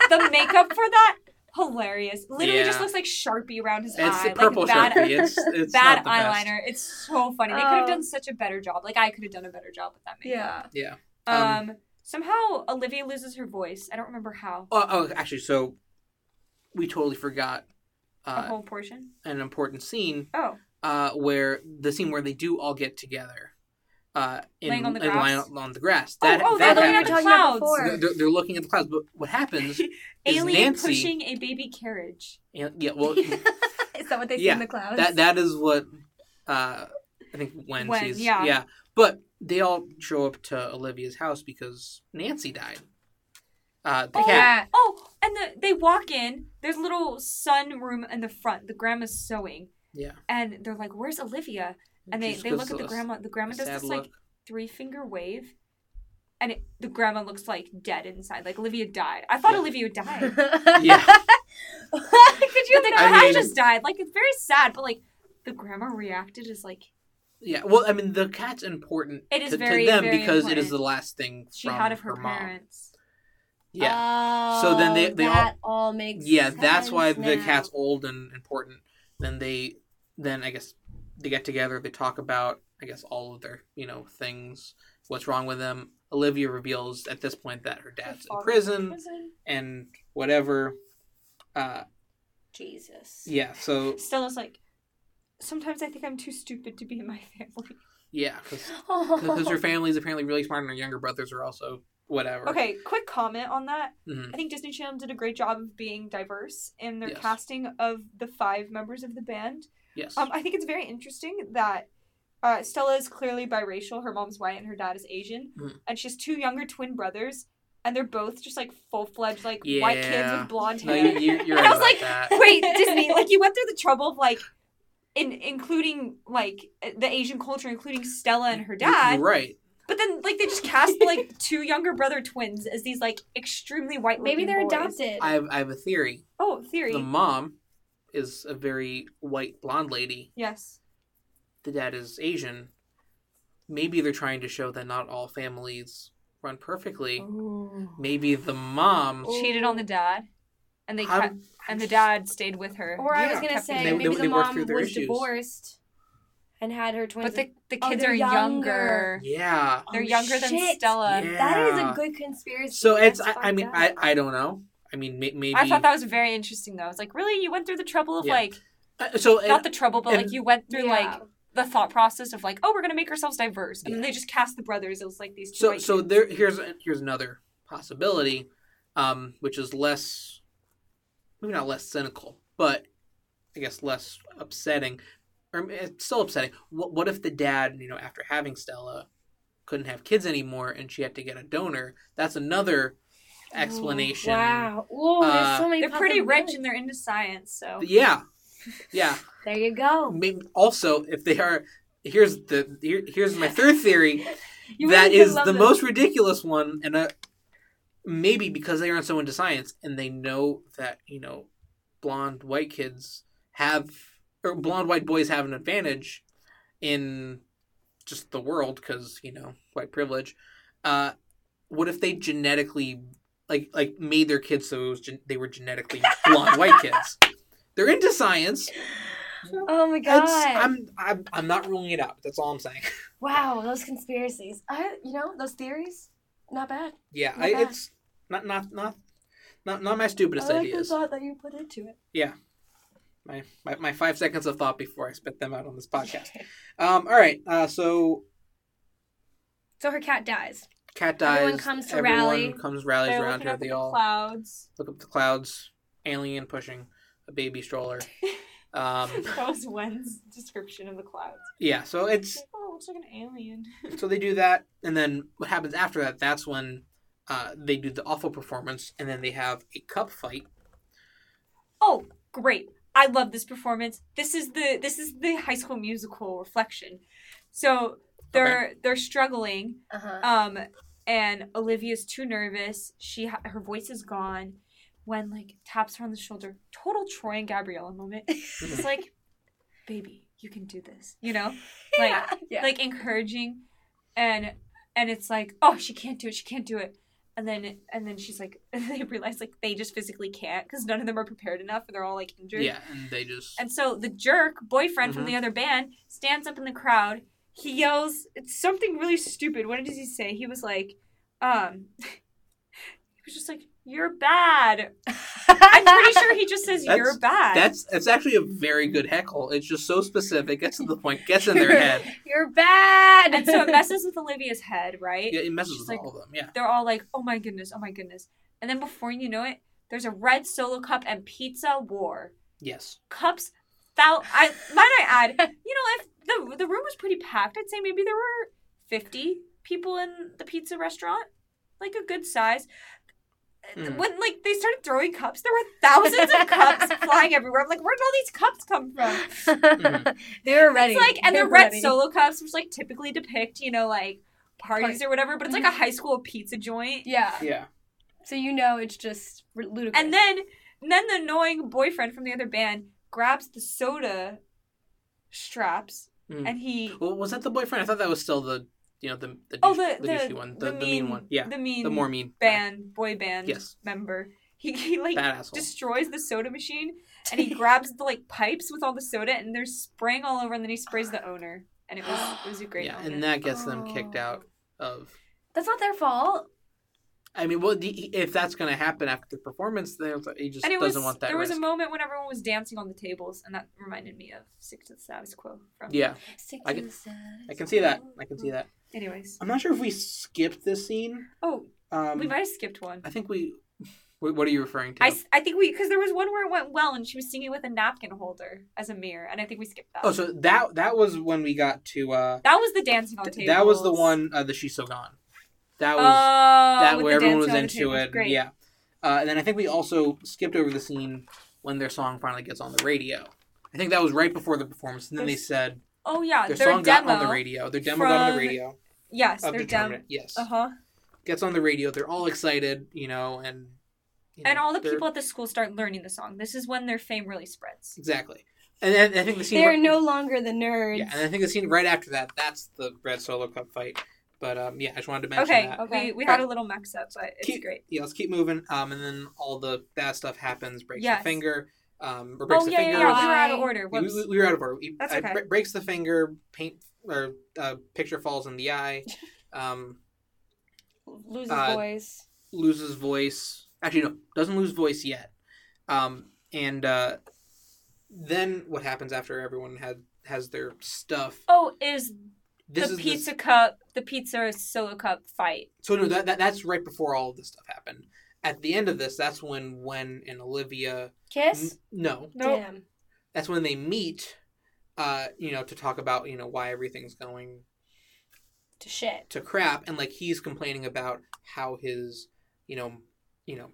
C: the makeup for that hilarious. Literally just
B: Yeah.
C: looks like Sharpie around his
B: It's
C: eye.
B: the purple
C: like bad
B: sharpie. It's, it's
C: bad
B: not the best.
C: eyeliner. It's so funny. They could have
A: Oh.
C: done such a better job. Like I could have done a better job with that makeup.
A: Yeah.
B: Yeah.
C: Um, somehow Olivia loses her voice. I don't remember how.
B: Oh, oh, actually, so we totally forgot
C: The
B: uh,
C: whole portion.
B: an important scene
C: Oh.
B: uh, where the scene where they do all get together uh, in,
C: Laying on the
B: in line
C: grass?
B: on the grass.
C: Oh,
B: That,
C: oh,
A: I
B: that
A: thought you were
B: happens.
A: talking about
C: Clouds.
A: before.
B: They're- they're, they're looking at the clouds, but what happens? is
C: Alien
B: Nancy-
C: pushing a baby carriage.
B: and- yeah, well,
A: Is that what they see
B: Yeah,
A: in the clouds?
B: that that is what uh, I think when,
C: When,
B: she's
C: yeah.
B: yeah. But they all show up to Olivia's house because Nancy died. Uh, the
C: Oh,
B: cat.
A: Yeah.
C: Oh, and the, they walk in. There's a little sun room in the front. The grandma's sewing.
B: Yeah.
C: And they're like, "Where's Olivia?" And they,
B: Just
C: they
B: gives
C: look at the
B: us
C: grandma. The
B: a
C: grandma does
B: sad
C: this like
B: look.
C: three finger wave, and it, the grandma looks like dead inside. Like Olivia died. I thought
B: Yeah.
C: Olivia died.
B: Yeah.
C: Could you? But the
B: I
C: cat
B: mean-
C: just died. Like it's very sad, but like the grandma reacted as like
B: Yeah, well, I mean, the cat's important
C: It is
B: to,
C: very,
B: to them
C: very
B: because it
C: important.
B: is the last thing
C: she
B: from
C: had of her,
B: mom.
C: parents. Oh,
B: Yeah, So then they- they all-
A: Oh, that all, makes
B: yeah, that's
A: sense
B: why the
A: now.
B: cat's old and important. Then they, then I guess they get together. They talk about, I guess, all of their you know things, what's wrong with them. Olivia reveals at this point that her
C: Her
B: dad's in
C: father's
B: prison and whatever. Uh,
A: Jesus.
B: yeah, so
C: Stella's like, sometimes I think I'm too stupid to be in my family.
B: yeah, because
A: Oh.
B: her family's apparently really smart, and her younger brothers are also whatever.
C: Okay, quick comment on that.
B: Mhm.
C: I think Disney Channel did a great job of being diverse in their
B: Yes.
C: casting of the five members of the band.
B: Yes.
C: Um, I think it's very interesting that uh, Stella is clearly biracial. Her mom's white and her dad is Asian,
B: Mhm.
C: and she has two younger twin brothers, and they're both just like full fledged like white kids
B: Yeah.
C: with blonde
B: no,
C: hair.
B: you, you, you're
C: I
B: right
C: was
B: about
C: like,
B: that.
C: Wait, Disney, like you went through the trouble of like, in including like the Asian culture, including Stella and her
B: You-
C: dad.
B: You're right.
C: But then, like, they just cast like two younger brother twins as these like extremely white.
A: Maybe they're
C: boys.
A: adopted.
B: I have, I have a theory.
C: Oh, theory.
B: The mom is a very white blonde lady.
C: yes.
B: The dad is Asian. Maybe they're trying to show that not all families run
A: Oh.
B: perfectly. Maybe the mom.
C: Cheated on the dad, and they
B: I'm-
C: ca- and the dad stayed with her.
A: or I was
B: Yeah,
A: gonna
B: Captain-
A: say
B: they-
A: maybe
B: they-
A: the
B: they work
A: mom
B: through
A: was
B: their issues.
A: divorced and had her twins.
C: but the the
A: Oh,
C: kids
A: they're
C: are younger.
B: Yeah.
C: They're
A: Oh,
C: younger than
A: shit.
C: Stella.
B: Yeah.
A: That is a good conspiracy.
B: So it's. I,
A: That's
B: I mean,
A: fucked
B: I,
A: up.
B: I don't know. I mean, may, maybe.
C: I thought that was very interesting, though. I was like, really, you went through the trouble of
B: Yeah.
C: like
B: Uh, so it-
C: not the trouble, but
B: and-
C: like you went through
A: Yeah.
C: like the thought process of like, oh, we're gonna make ourselves diverse, and then they just cast the brothers. It was like these two.
B: so
C: white
B: so
C: kids.
B: there here's here's another possibility um which is less maybe not less cynical but i guess less upsetting or it's still upsetting what, what if the dad you know after having stella couldn't have kids anymore and she had to get a donor that's another explanation
A: Oh, Wow. Oh,
B: Uh,
A: there's so many.
C: They're pretty rich
A: possibilities.
C: and they're into science, so
B: yeah yeah
A: There you go.
B: Maybe, also if they are here's the here, here's my third theory
A: You
B: that
A: really do
B: is
A: love
B: the
A: them.
B: most ridiculous one, and uh, maybe because they aren't so into science and they know that you know blonde white kids have or blonde white boys have an advantage in just the world because you know white privilege. Uh, what if they genetically like like made their kids so it was gen- they were genetically blonde white kids? They're into science.
A: Oh my god.
B: It's- I'm, I'm I'm not ruling it out. That's all I'm saying.
A: Wow, those conspiracies. I, you know, those theories. Not bad.
B: Yeah,
A: Not
B: I,
A: bad.
B: it's not not not not not my stupidest
C: I like
B: ideas.
C: the thought that you put into it.
B: my, my my five seconds of thought before I spit them out on this podcast. Um, all right, uh, so
A: So her cat dies.
B: cat dies.
A: Everyone comes to
B: everyone
A: rally.
B: Comes rallies
C: They're
B: around
C: looking
B: her.
C: up
B: They
C: at the
B: all
C: clouds.
B: look up the clouds. Alien pushing a baby stroller. Um,
C: that was Wen's description of the clouds.
B: yeah, so it's
C: Like, oh, it looks like an alien.
B: so they do that, and then what happens after that? That's when uh, they do the awful performance, and then they have a cup fight.
C: Oh, great. I love this performance. This is the this is the high school musical reflection. So they're they're struggling.
A: Uh huh.
C: Um and Olivia's too nervous. She ha- her voice is gone. When like taps her on the shoulder, total Troy and Gabriella moment. It's like, baby, you can do this. You know? Like
A: yeah. yeah.
C: like encouraging and and it's like oh she can't do it she can't do it and then and then she's like they realize like they just physically can't because none of them are prepared enough and they're all like injured
B: Yeah, Mm-hmm. and they just
C: and so the jerk boyfriend from the other band stands up in the crowd he yells it's something really stupid what does he say he was like um he was just like you're bad i'm pretty sure he just says you're
B: That's-
C: bad
B: that's that's actually a very good heckle. It's just so specific, gets to the point, gets in their head.
A: You're bad.
C: and so it messes with olivia's head right
B: Yeah, it messes
C: She's
B: with
C: like,
B: all of them. Yeah.
C: they're all like, oh my goodness, oh my goodness. And then before you know it, there's a red solo cup and pizza war.
B: Yes.
C: Cups, thou. I might I add, you know, if the the room was pretty packed, I'd say maybe there were fifty people in the pizza restaurant, like a good size.
B: Mm.
C: When like they started throwing cups, there were thousands of cups flying everywhere. I'm like, where did all these cups come from?
A: they were ready.
C: It's like, and
A: They
C: the
A: were
C: red
A: ready.
C: solo cups, which like typically depict, you know, like parties
A: Party.
C: or whatever, but it's like a high school pizza joint.
A: Yeah.
B: Yeah.
A: So you know it's just r- ludicrous.
C: And then and then the annoying boyfriend from the other band grabs the soda straps
B: Mm.
C: and he
B: Well, was that the boyfriend? I thought that was still the you know the the, douche,
C: Oh the
B: the,
C: the,
B: douchey one,
C: the, mean,
B: one. Yeah.
C: The mean
B: The more mean guy.
C: band boy band
B: Yes.
C: member. He, he like
B: Bad asshole.
C: destroys the soda machine and he grabs the like pipes with all the soda and they're spraying all over and then he sprays the owner. And it was it was a great
B: yeah,
C: moment.
B: and that gets them kicked
A: Oh.
B: out of.
A: that's not their fault.
B: I mean, well, the, if that's going to happen after the performance, then he just
C: and it
B: doesn't
C: was
B: want that
C: there was
B: risk.
C: a moment when everyone was dancing on the tables and that reminded me of Six to the Status Quo from
B: yeah,
A: Stick
B: I
A: to
B: can-
A: the side.
B: I can see that. I can see that.
C: anyways.
B: I'm not sure if we skipped this scene.
C: Oh,
B: Um,
C: we might have skipped one.
B: I think we. wh- What are you referring to?
C: I, s- I think we because there was one where it went well and she was singing with a napkin holder as a mirror and I think we skipped that.
B: oh, so that that was when we got to. uh
C: that was the dancing on
B: th-
C: table.
B: That was the one uh, the she's so gone. That was
C: oh,
B: that
C: with
B: where
C: the
B: everyone was
C: dancing
B: into
C: on the table.
B: it.
C: Great.
B: Yeah. Uh, and then I think we also skipped over the scene when their song finally gets on the radio. I think that was right before the performance, and then they
C: Their-
B: said
C: Oh yeah,
B: their,
C: their,
B: song
C: demo.
B: got on the radio. Their demo got on the
C: from
B: radio
C: Yes,
B: of
C: their demo.
B: Determinant. Yes,
C: Uh huh.
B: gets on the radio. They're all excited, you know, and you
C: And
B: know,
C: all the
B: they're-
C: people at the school start learning the song. This is when their fame really spreads.
B: exactly. And then I think the scene.
A: They're
B: right-
A: no longer the nerds.
B: yeah, and I think the scene right after that. That's the Red Solo Cup fight. But um, yeah, I just wanted to mention
C: Okay,
B: that.
A: Okay.
C: we, we had a little mix up, but it's
B: Keep-
C: great.
B: yeah, let's keep moving. Um, and then all the bad stuff happens. Breaks
C: Yes.
B: the finger. Um, or breaks
C: Oh
B: the
C: yeah, yeah,
B: finger.
C: yeah, we were out of
A: Why?
C: order.
B: We,
C: Whoops.
B: we, we were out of order. We-
C: That's
B: uh,
C: okay.
B: bre- breaks the finger. Paint or uh, picture falls in the eye. Um,
A: Loses
B: Uh,
A: voice.
B: loses voice. Actually, no, doesn't lose voice yet. Um, and uh, then what happens after everyone had has their stuff?
C: Oh, is
B: This
C: the
B: is
C: pizza cup, the pizza solo cup fight?
B: so no, that, that that's right before all of this stuff happened. At the end of this, that's when Wen and Olivia.
A: Kiss.
B: N- no,
A: Damn.
B: that's when they meet uh you know to talk about you know why everything's going
A: To shit.
B: to crap and like he's complaining about how his you know you know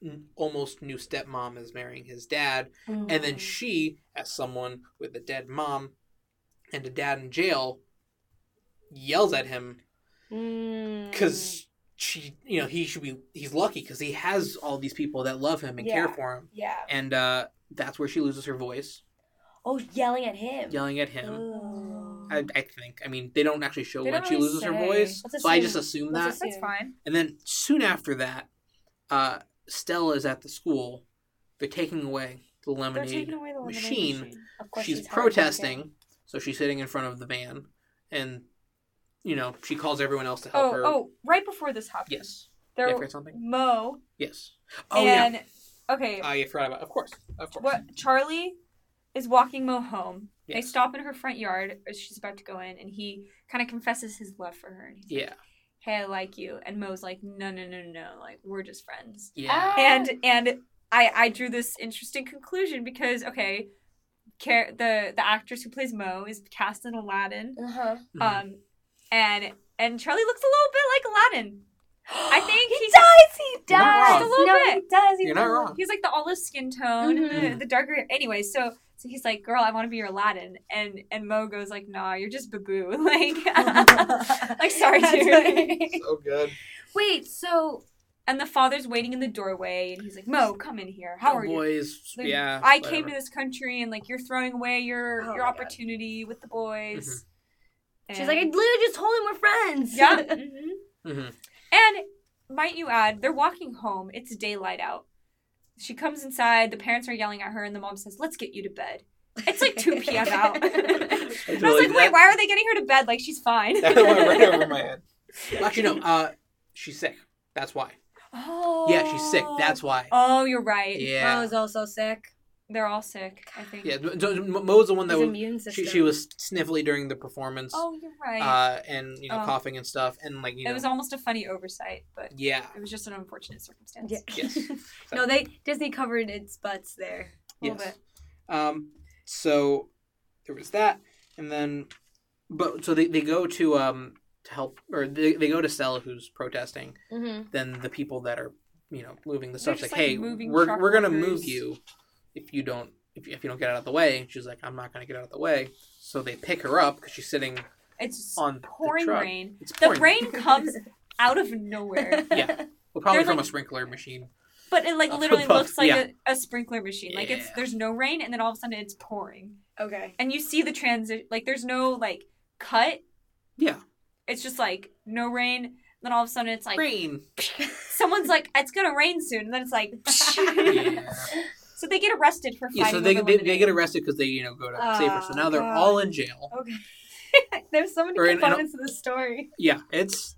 B: n- almost new stepmom is marrying his dad and then she as someone with a dead mom and a dad in jail yells at him
C: Mm.
A: Mm.
B: because
A: Mm-hmm.
B: she you know he should be he's lucky because he has all these people that love him and care
A: Yeah.
B: for him
A: Yeah.
B: and uh that's where she loses her voice
A: Oh, yelling at him.
B: yelling at him
A: Ooh.
B: I, I think. I mean, they don't actually show
A: Mm. They
B: when
A: don't
B: she
A: really
B: loses her
A: say.
B: voice,
A: Let's
B: so I
A: assume-
B: just assume that.
A: let's
C: That's
A: Yeah.
C: fine.
B: And then soon after that, uh, Stella is at the school. They're taking away the
C: They're
B: lemonade.
C: taking away the lemonade
B: machine.
C: machine.
A: Of course
B: she's
A: he's hard to get.
B: protesting, so she's sitting in front of the van, and you know, she calls everyone else to help
C: Oh,
B: her.
C: oh, right before this happened.
B: yes. Did
C: There
B: I
C: were
B: forget something?
C: Mo
B: Yes. Oh
C: and okay,
B: yeah. I forgot about. Of course. Of course.
C: what Charlie is walking Mo home. They
B: Yes.
C: stop in her front yard as she's about to go in, and he kind of confesses his love for her. And he's
B: Yeah.
C: like, "Hey, I like you," and Mo's like, "No, no, no, no, no, like we're just friends."
B: Yeah.
A: Ah.
C: And and I I drew this interesting conclusion because okay, care the the actress who plays Mo is cast in Aladdin,
A: Uh huh.
B: Mhm.
C: um, and and Charlie looks a little bit like Aladdin. I think
A: he
C: he's-
A: does. He
B: You're not
A: does.
B: wrong.
C: Just a little
A: no, he
C: bit.
A: does. He
B: You're not
A: does. Mm-hmm.
B: wrong.
C: He's like the olive skin tone, and
B: Mhm.
C: the, the darker. Anyway, so so he's like, "Girl, I want to be your Aladdin," and and Mo goes like, "Nah, you're just baboo." Like, like sorry,
A: That's
C: dude.
B: so Oh, good.
A: Wait. So
C: and the father's waiting in the doorway, and he's like, "Mo, come in here. How are you?"
B: Oh, boys?
C: Like,
B: yeah.
C: I
B: whatever.
C: came to this country, and like you're throwing away your
A: Oh
C: your
A: my God.
C: opportunity with the boys.
B: Mm-hmm.
A: she's like, I literally just told him we're friends.
C: yeah. mhm.
B: Mhm.
C: And might you add, they're walking home. It's daylight out. She comes inside. The parents are yelling at her, and the mom says, "Let's get you to bed." It's like 2 p.m. out. and
B: I
C: I was
B: totally-
C: like, "Wait, why are they getting her to bed? Like she's fine."
B: That went right over my head. Well, actually, no. Uh, she's sick. That's why.
C: Oh.
B: Yeah, she's sick. That's why.
C: Oh, you're right.
A: Mom
B: Yeah.
A: was also sick.
C: They're all sick. I think.
B: Yeah. Mo- Mo- Mo's the one
A: His
B: that was.
A: immune system.
B: She, she was sniffly during the performance.
C: Oh, you're right.
B: Uh, and you know,
C: Oh.
B: coughing and stuff, and like you know,
C: It was almost a funny oversight, but
B: yeah.
C: it was just an unfortunate circumstance.
A: Yeah.
B: Yes.
A: No, they Disney covered its butts there.
C: A little
B: Yes. Um, so there was that, and then, but so they, they go to um to help or they, they go to Stella who's protesting.
A: Mm-hmm.
B: Then the people that are you know moving the
C: They're
B: stuff like,
C: just, like,
B: hey,
C: moving
B: we're
C: truck
B: we're gonna move
C: workers."
B: you if you don't if you, if you don't get out of the way. She's like, I'm not gonna get out of the way. So they pick her up because she's sitting
C: It's
B: on
C: pouring
B: the truck.
C: rain.
B: It's
C: The
B: pouring.
C: rain comes out of nowhere.
B: Yeah. Well, probably
C: They're,
B: from
C: like-
B: a sprinkler machine.
C: But it like
B: Up
C: literally
B: above,
C: looks like
B: yeah.
C: a, a sprinkler machine. Like it's
B: Yeah.
C: there's no rain, and then all of a sudden it's pouring,
A: Okay.
C: and you see the transit. Like there's no like cut.
B: Yeah.
C: It's just like no rain. and Then all of a sudden it's like
B: Rain.
C: someone's like it's gonna rain soon, and then it's like.
B: Yeah.
C: so they get arrested for fighting.
B: yeah so they,
C: over
B: they, they get
C: lemonade.
B: arrested because they you know go to safer. So
A: Oh,
B: now they're
A: God.
B: all in jail.
A: Okay. There's so many
B: Or in- in-
A: components of this story.
B: yeah it's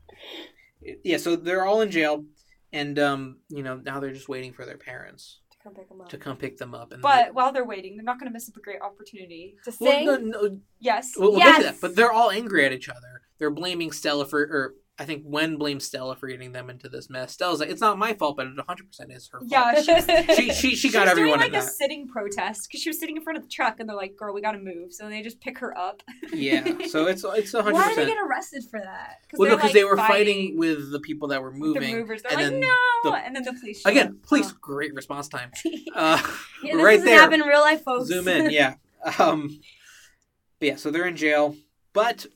B: yeah so they're all in jail and um you know now they're just waiting for their parents
A: To come pick them up.
B: to come pick them up and
C: But while they're waiting, they're not gonna miss up a great opportunity.
A: To
B: well,
A: sing.
B: no, no, we'll,
C: Yes.
B: we'll get to
A: Yes.
B: that. but they're all angry at each other they're blaming stella for or i think Wen blames stella for getting them into this mess stella's like it's not my fault but it 100% is her fault
C: Yeah. She was,
B: she she, she
C: she
B: got
C: was
B: everyone
C: doing
B: in
C: like a
B: that
C: sitting protest because she was sitting in front of the truck, and they're like, "Girl, we gotta move." So they just pick her up.
B: yeah so it's it's 100%
A: Why did they get arrested for that?
B: well no
C: they're,
B: because
C: like,
B: they were fighting with the people that were
C: the
B: moving
C: movers. They're
B: and
C: like,
B: then
C: "No,"
B: the-
C: and then the police. show up.
B: again please great response time uh
A: Yeah, this
B: Right
A: doesn't
B: there.
A: happen in real life, folks.
B: Zoom in, yeah. Um, but yeah, so they're in jail, but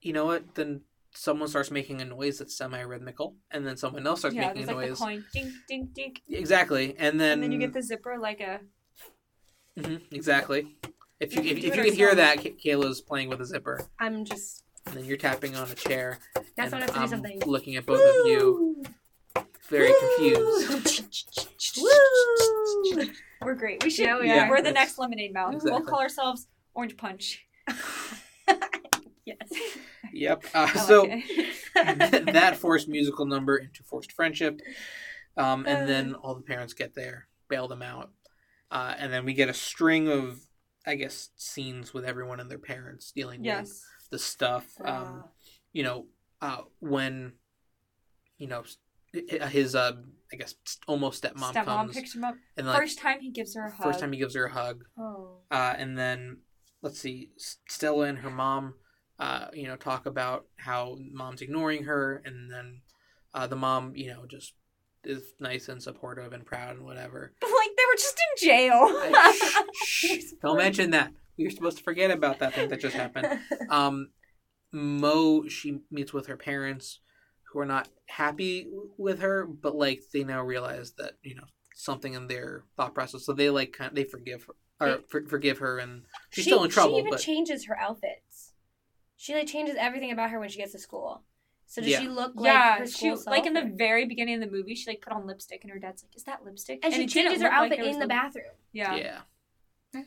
B: you know what? Then someone starts making a noise that's semi-rhythmical, and then someone else starts
C: yeah,
B: making a
C: there's like the
B: noise.
C: coin, dink, dink, dink,
B: exactly, and then,
C: and then you get the zipper like a.
B: Mhm, exactly. If you
C: We
B: if, if
C: can do
B: you
C: it
B: can hear that,
C: ourselves.
B: K- Kayla's playing with a zipper,
A: I'm just.
B: and then you're tapping on a chair.
A: That's
B: and
A: when I have to
B: I'm
A: do something.
B: Looking at both of you, very confused.
A: Woo! Woo!
C: We're great. We should.
A: Yeah,
B: we Yeah, are.
C: We're the
B: that's-
C: next lemonade mouth. We'll
B: Exactly.
C: call ourselves Orange Punch.
A: Yes.
B: Yep. Uh,
C: I like
B: so
C: it.
B: that forced musical number into forced friendship. Um, and then all the parents get there, bail them out. Uh, and then we get a string of, I guess, scenes with everyone and their parents dealing with
C: yes.
B: the stuff. Um,
A: Uh,
B: you know, uh, when, you know, s- hi- his, uh, I guess, s- almost stepmom,
C: Stepmom
B: comes.
C: picks him up.
B: and like,
C: first time he gives her a hug.
B: first time he gives her a hug
A: oh.
B: uh, and then let's see, S- Stella and her mom, uh, you know, talk about how mom's ignoring her, and then uh, the mom, you know, just is nice and supportive and proud and whatever.
C: But, like they were just in jail.
B: I- shh, shh, don't mention that. We were supposed to forget about that thing that just happened. Um, Mo, she meets with her parents, who are not happy w- with her, but like they now realize that you know something in their thought process, so they like kind they forgive her. Or
A: They-
B: for, forgive her, and she's
A: She-
B: still in trouble.
A: She even
B: but...
A: changes her outfits. She like changes everything about her when she gets to school. So does
B: Yeah.
A: she look like
C: yeah,
A: her
C: she
A: school self?
C: like in the very beginning of the movie, she like put on lipstick, and her dad's like, "Is that lipstick?"
A: and she
C: it didn't
A: changes her
C: look like
A: outfit
C: there was
A: in the
C: lip-
A: bathroom.
C: Yeah.
B: Yeah.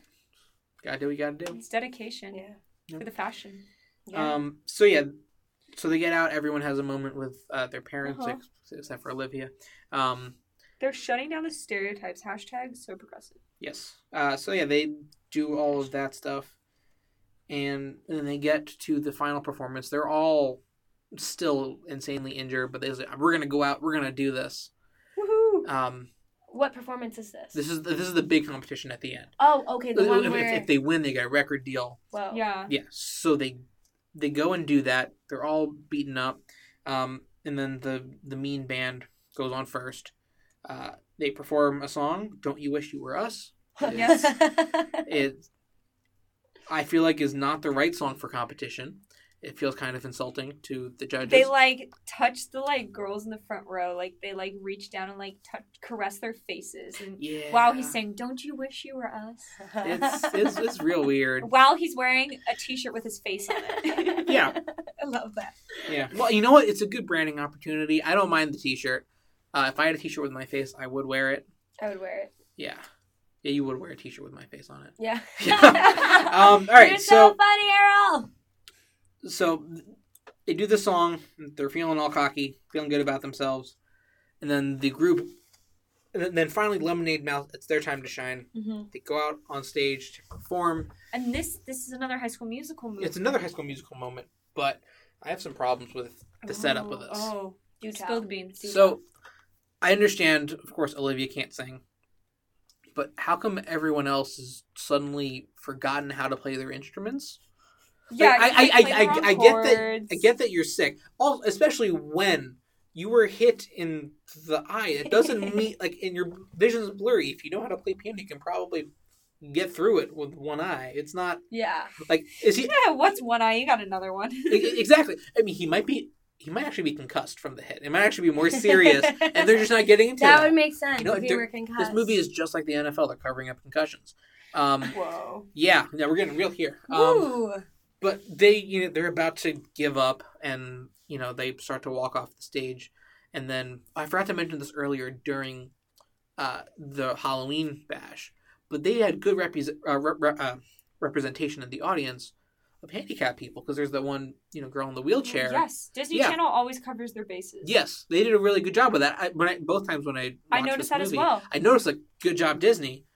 B: Gotta do what you gotta do.
C: It's dedication
A: Yeah.
C: for the fashion.
A: Yeah.
B: Um. So yeah, so they get out. Everyone has a moment with uh, their parents,
C: Uh-huh.
B: ex- except for Olivia. Um,
C: They're shutting down the stereotypes. Hashtag so progressive.
B: Yes. Uh, so yeah, they do all of that stuff, and then they get to the final performance. They're all still insanely injured, but they say, "We're gonna go out. We're gonna do this."
C: Woohoo!
B: Um,
A: What performance is this?
B: this is the, this is the big competition at the end.
A: oh, okay, the
B: if,
A: one
B: if-
A: where
B: if they win, they get a record deal.
A: whoa.
C: Yeah.
B: Yeah. So they they go and do that. They're all beaten up, um, and then the the mean band goes on first. Uh, they perform a song, "Don't You Wish You Were Us."
C: Yes.
B: it I feel like is not the right song for competition. It feels kind of insulting to the judges.
C: They like touch the like girls in the front row. Like they like reach down and like touch, caress their faces. And
B: yeah.
C: while he's saying, "Don't you wish you were us?"
B: it's, it's it's real weird.
C: While he's wearing a T-shirt with his face on it.
B: Yeah.
C: I love that.
B: Yeah. Well, you know what? It's a good branding opportunity. I don't mind the T-shirt. Uh, if I had a T-shirt with my face, I would wear it.
A: I would wear it.
B: Yeah. Yeah, you would wear a T-shirt with my face on it.
A: Yeah.
B: Yeah. Um, all right.
C: You're so,
B: so
C: funny, Errol.
B: so they do the song. They're feeling all cocky, feeling good about themselves, and then the group, and then- then finally Lemonade Mouth. It's their time to shine. They go out on stage to perform.
C: Mm-hmm. And this this is another High School Musical movie.
B: It's another High School Musical moment, but I have some problems with the setup of this.
C: Oh,
A: Do
C: spill
A: tell.
C: the beans.
B: So I understand, of course, Olivia can't sing, but how come everyone else has suddenly forgotten how to play their instruments?
C: yeah,
B: Like, I,
C: you
B: I,
C: play
B: I,
C: the wrong
B: I, I get that.
C: chords.
B: I get that you're sick, Al- especially when you were hit in the eye. It doesn't mean like, and your vision's blurry. If you know how to play piano, you can probably get through it with one eye. It's not
A: Yeah.
B: like is he
C: Yeah, what's one eye? You got another one.
B: E- exactly. I mean, he might be. He might actually be concussed from the hit. It might actually be more serious, and they're just not getting into
A: That
B: that.
A: would make sense
B: You know,
A: if you
B: there-
A: were concussed.
B: this movie is just like the NFL. They're covering up concussions. Um,
C: Whoa.
B: yeah, yeah, we're getting real here. Um,
A: Ooh.
B: but they, you know, they're about to give up, and you know, they start to walk off the stage, and then I forgot to mention this earlier during uh, the Halloween bash, but they had good repres uh, rep- rep- uh, representation in the audience of handicapped people because there's that one, you know, girl in the wheelchair.
C: Yes, Disney
B: Yeah.
C: Channel always covers their bases.
B: Yes, they did a really good job with that. I, when I, both times when I
C: I
B: watched
C: noticed
B: this
C: that as
B: movie,
C: well.
B: I noticed like good job Disney.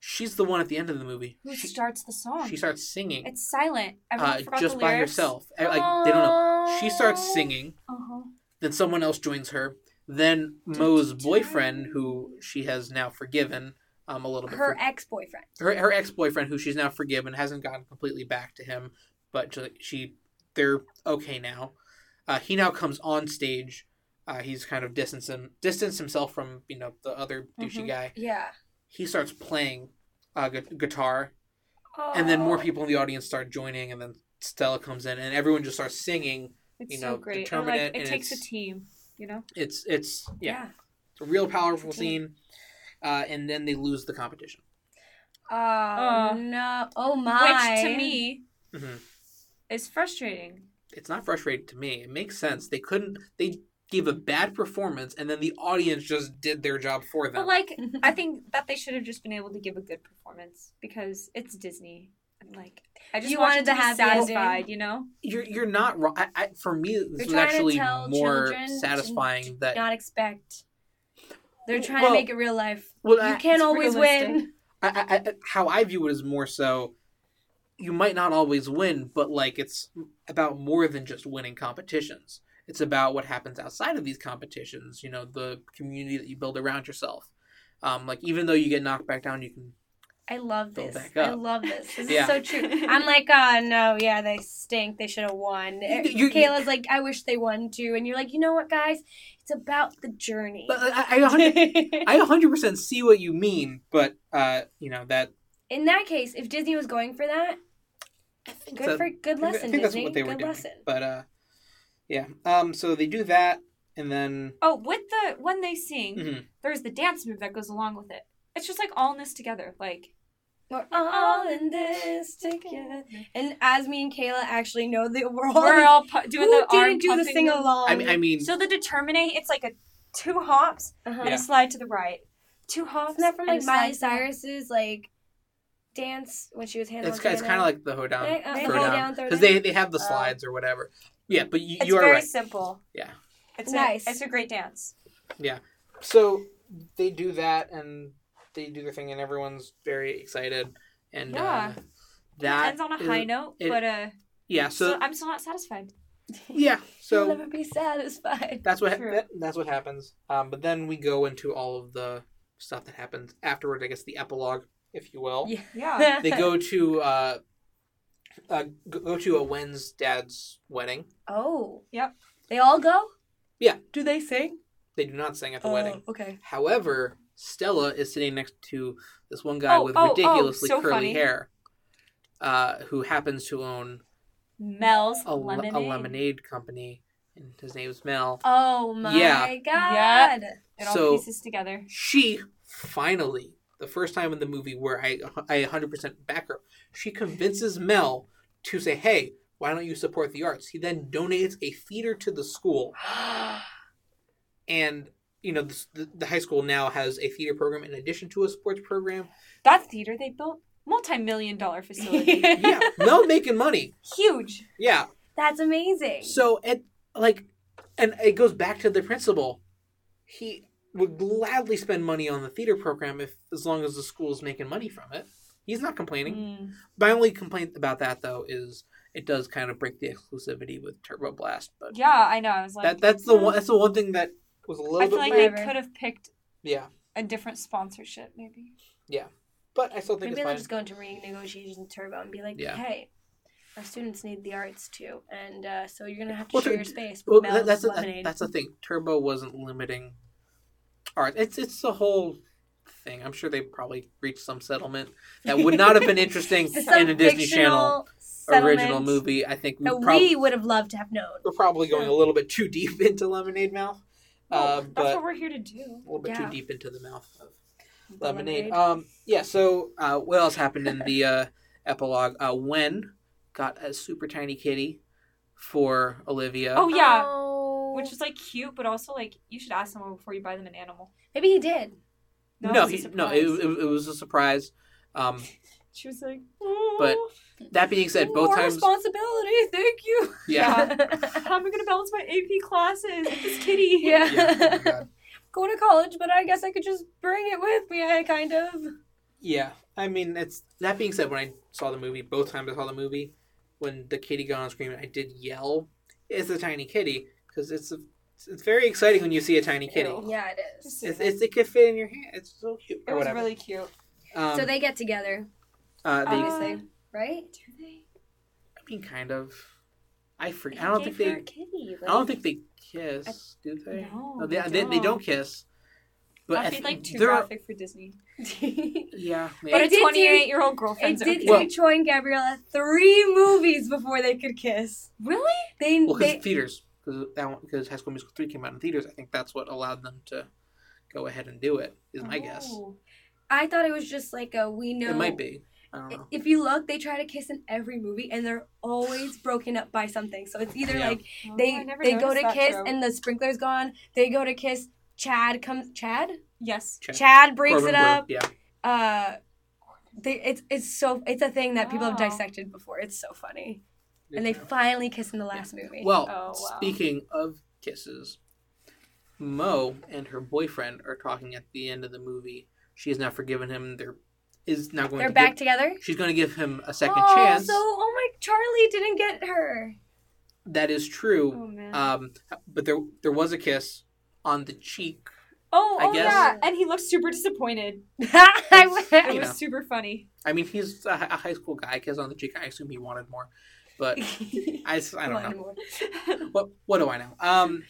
B: She's the one at the end of the movie.
C: Who
B: She,
C: starts the song?
B: she starts singing
C: Oh, It's silent. Everyone
B: uh,
C: forgot
B: just
C: the
B: by
C: lyrics. Oh.
B: herself. I- Like they don't know. She starts singing,
C: Uh-huh.
B: then someone else joins her. Then Moe's boyfriend, who she has now forgiven, um, a little bit
A: Her ex boyfriend.
B: for, her her ex boyfriend, who she's now forgiven, hasn't gotten completely back to him, but she, she they're okay now. Uh, he now comes on stage. Uh, he's kind of distanced him, distanced himself from you know the other douchey
A: Mm-hmm.
C: Mhm.
B: guy.
A: Yeah.
B: He starts playing uh, gu- guitar, and then more
C: Oh,
B: people in the audience start joining, and then Stella comes in, and everyone just starts singing.
C: It's
B: you
C: so
B: know,
C: great. And,
B: determinate
C: like, it
B: and
C: takes a
B: it's-
C: team. You know.
B: It's it's yeah, it's a real powerful scene. Uh, and then they lose the competition.
A: Oh
C: Oh.
A: no. Oh my.
C: Which to me
B: hmm
C: is frustrating.
B: it's not frustrating to me. It makes sense. They couldn't. They gave a bad performance, and then the audience just did their job for them.
C: But like, I think that they should have just been able to give a good performance because it's Disney. And like, I just
A: You
C: want
A: wanted
C: it to
A: the
C: be
A: happy
C: satisfied.
A: ending.
C: You know.
B: you're you're not wrong. I, I, for me,
A: They're
B: this was
A: trying to
B: actually
A: tell
B: more
A: children to
B: satisfying that.
A: not expect. They're trying
B: Well-
A: to make it real life.
B: well,
A: you
B: I,
A: can't
C: it's
A: always win.
C: realistic.
B: I, I, I- how I view it is more so. You might not always win, but like it's about more than just winning competitions. It's about what happens outside of these competitions. You know, the community that you build around yourself. Um, like even though you get knocked back down, you can.
A: I love
B: Build
A: this.
B: back
A: I
B: up.
A: love this. This
B: Yeah.
A: is so true. I'm like, oh no, yeah, they stink. They should have won. Eh,
B: You- you-
A: Kayla's like, I wish they won too. And you're like, you know what, guys? It's about the journey.
B: But uh, I, I, I I 100% see what you mean, but uh, you know that.
A: In that case, if Disney was going for that, good
B: that-
A: for good
B: I
A: lesson,
B: think that's
A: Disney.
B: what they
A: good
B: were doing.
A: lesson.
B: But uh, yeah. Um. So they do that, and then
C: oh, with the when they sing,
B: Mhm.
C: there's the dance move that goes along with it. It's just like all in this together. Like,
A: We're all in this together. And as me and Kayla actually know that we're all,
C: we're all pu- doing
A: who
C: the arm
A: didn't do the
C: pumping
A: sing
C: move.
A: along.
B: I mean, I mean,
C: So the determinate, it's like a two hops
A: uh-huh.
C: and a slide to the right, two hops.
A: Isn't that from
C: and
A: like
C: a
A: Miley
C: slide to the-
A: Cyrus's like dance when she was handling.
B: It's, it's kind of like the hoedown,
A: They- uh,
C: They
B: throw
C: hold
B: down,
A: throw
B: because
A: down.
B: they they have the
C: Oh.
B: slides or whatever. Yeah, but you,
C: It's
B: you are
C: very
B: right.
C: simple.
B: Yeah.
C: It's
A: Nice.
C: A, it's a great dance.
B: So they do that and they do their thing, and everyone's very excited. And
C: Yeah.
B: uh, that
C: it ends on a
B: is-
C: high note,
B: it-
C: but uh,
B: Yeah. So
C: still- I'm still not satisfied.
B: yeah.
A: You'll
B: So
A: never be satisfied.
B: that's what ha-
C: True.
B: that, that's what happens. Um, but then we go into all of the stuff that happens afterward. I guess the epilogue, if you will.
A: Yeah.
C: Yeah.
B: They go to uh, uh, g- go to a Wen's dad's wedding.
A: Oh.
C: Yep.
A: They all go.
B: Yeah.
A: Do they sing?
B: They do not sing at the
A: oh,
B: wedding.
A: Okay.
B: However, Stella is sitting next to this one guy
C: Oh,
B: with
C: oh, oh,
B: ridiculously
C: so
B: curly
C: funny.
B: hair, uh, who happens to own
C: Mel's
B: a, le-
C: lemonade.
B: a lemonade company, and his name is Mel.
A: Oh my
B: Yeah.
A: god.
C: It all
B: So-
C: pieces together.
B: She finally, the first time in the movie where I I 100% back her, she convinces Mel to say, "Hey, why don't you support the arts?" He then donates a theater to the school, and you know the, the, the high school now has a theater program in addition to a sports program.
C: That theater they built, multi-million dollar facility,
B: Yeah, Mel making money.
C: huge.
B: Yeah.
A: That's amazing.
B: So it like, and it goes back to the principal. He would gladly spend money on the theater program if, as long as the school is making money from it. He's not complaining.
C: Mm.
B: My only complaint about that though is it does kind of break the exclusivity with Turbo Blast, but
C: Yeah, I know. I was like,
B: that that's the one that's the one thing that was a little
C: I
B: bit
C: feel like
B: weird.
C: they
A: Whatever.
C: could have picked
B: yeah.
C: a different sponsorship, maybe.
B: But I still think
A: Maybe
B: it's
A: they'll
B: fine.
A: just go into renegotiations with Turbo and be like,
B: Yeah.
A: hey, our students need the arts too, and uh, so you're gonna have to
B: Well,
A: share
B: tur-
A: your space.
B: Well,
A: But
B: that-
A: Mel's
B: that's the- that-
A: lemonade.
B: that's the thing. Turbo wasn't limiting art. It's it's the whole thing. I'm sure they probably reached some settlement that would not have been interesting in a
A: Some
B: Disney Channel
A: fictional settlement
B: original movie. I think we
A: that
B: prob-
A: we would have loved to have known.
B: we're probably going a little bit too deep into Lemonade Mouth, uh,
C: that's
B: but
C: what we're here to do.
B: a little bit
A: yeah.
B: too deep into the mouth of
A: The
B: Lemonade.
A: lemonade.
B: Um, yeah. So uh, what else happened in the uh, epilogue? Uh, Wen got a super tiny kitty for Olivia.
C: Oh yeah,
A: Oh.
C: which is like cute, but also like you should ask someone before you buy them an animal.
A: maybe he did.
B: no,
C: it was a
B: he, no,
C: surprise.
B: it, it, it was a surprise. Um,
C: She was like, oh,
B: But that being said, both
A: More
B: times,
A: responsibility. Thank you.
B: yeah,
C: how am I gonna balance my AP classes with this kitty?
A: Yeah.
B: yeah, oh my God.
A: Going to college, but I guess I could just bring it with me. I kind of.
B: yeah. I mean, it's that being said, when I saw the movie, both times I saw the movie, when the kitty got on screen, I did yell, "It's a tiny kitty," because it's a, it's very exciting when you see a tiny kitty.
C: Ew.
A: Yeah, it is.
B: It's, it's it could fit in your hand. It's so cute.
C: It
B: Or
C: was
B: whatever.
C: really cute.
B: Um,
A: so they get together,
B: uh, they,
C: Uh,
A: obviously, right?
C: Do they?
B: I mean, kind of. I forget. I don't think they.
A: Her a kitty,
B: I don't think they kiss. Do they?
C: No,
B: they,
C: they
B: they, they don't
C: don't.
B: kiss. But I
C: That'd be
B: th-
C: like too
B: there are-
C: graphic for Disney.
A: think.
B: Yeah.
C: But
B: Maybe.
A: It
C: a
A: did do-
C: 28 year old
A: It
C: girlfriend's
A: did
C: okay.
A: take Troy and Gabriella three movies before they could kiss.
C: really?
A: They,
B: Well, because
A: they
B: theaters, because that one, because High School Musical three came out in theaters. I think that's what allowed them to go ahead and do it. Is my guess.
C: Oh.
A: I thought it was just like a we know.
B: It might be. I don't
A: I-
B: know.
A: If you look, they try to kiss in every movie, and they're always broken up by something. So it's either
B: Yeah.
A: like
C: Oh, I
A: they
C: never
A: they go
C: noticed
A: to
C: that
A: kiss
C: trope.
A: and the sprinkler's gone. They go to kiss. Chad comes. Chad.
C: yes.
B: Check.
A: Chad breaks
B: Corbin
A: it
B: Bleu,
A: up.
B: Yeah.
A: Uh, they, it's it's so it's a thing that people have
C: Wow.
A: dissected before. It's so funny, and they finally kiss in the last movie.
B: Well,
C: Oh, wow.
B: speaking of kisses, Mo and her boyfriend are talking at the end of the movie. She has now forgiven him. There is now going
A: They're
B: to
A: back
B: give,
A: together.
B: she's going to give him a second
A: oh,
B: chance.
A: So oh my, Charlie didn't get her.
B: That is true.
C: oh man.
B: Um, but there there was a kiss on the cheek.
C: oh,
B: I
C: oh
B: guess-
C: yeah. And he looked super disappointed.
A: I
C: It
B: You
A: w-
C: was
B: know.
C: super funny.
B: I mean, he's a, hi- a high school guy. Kiss on the cheek. I assume he wanted more, but I, s- I don't know. What what do I know? Um,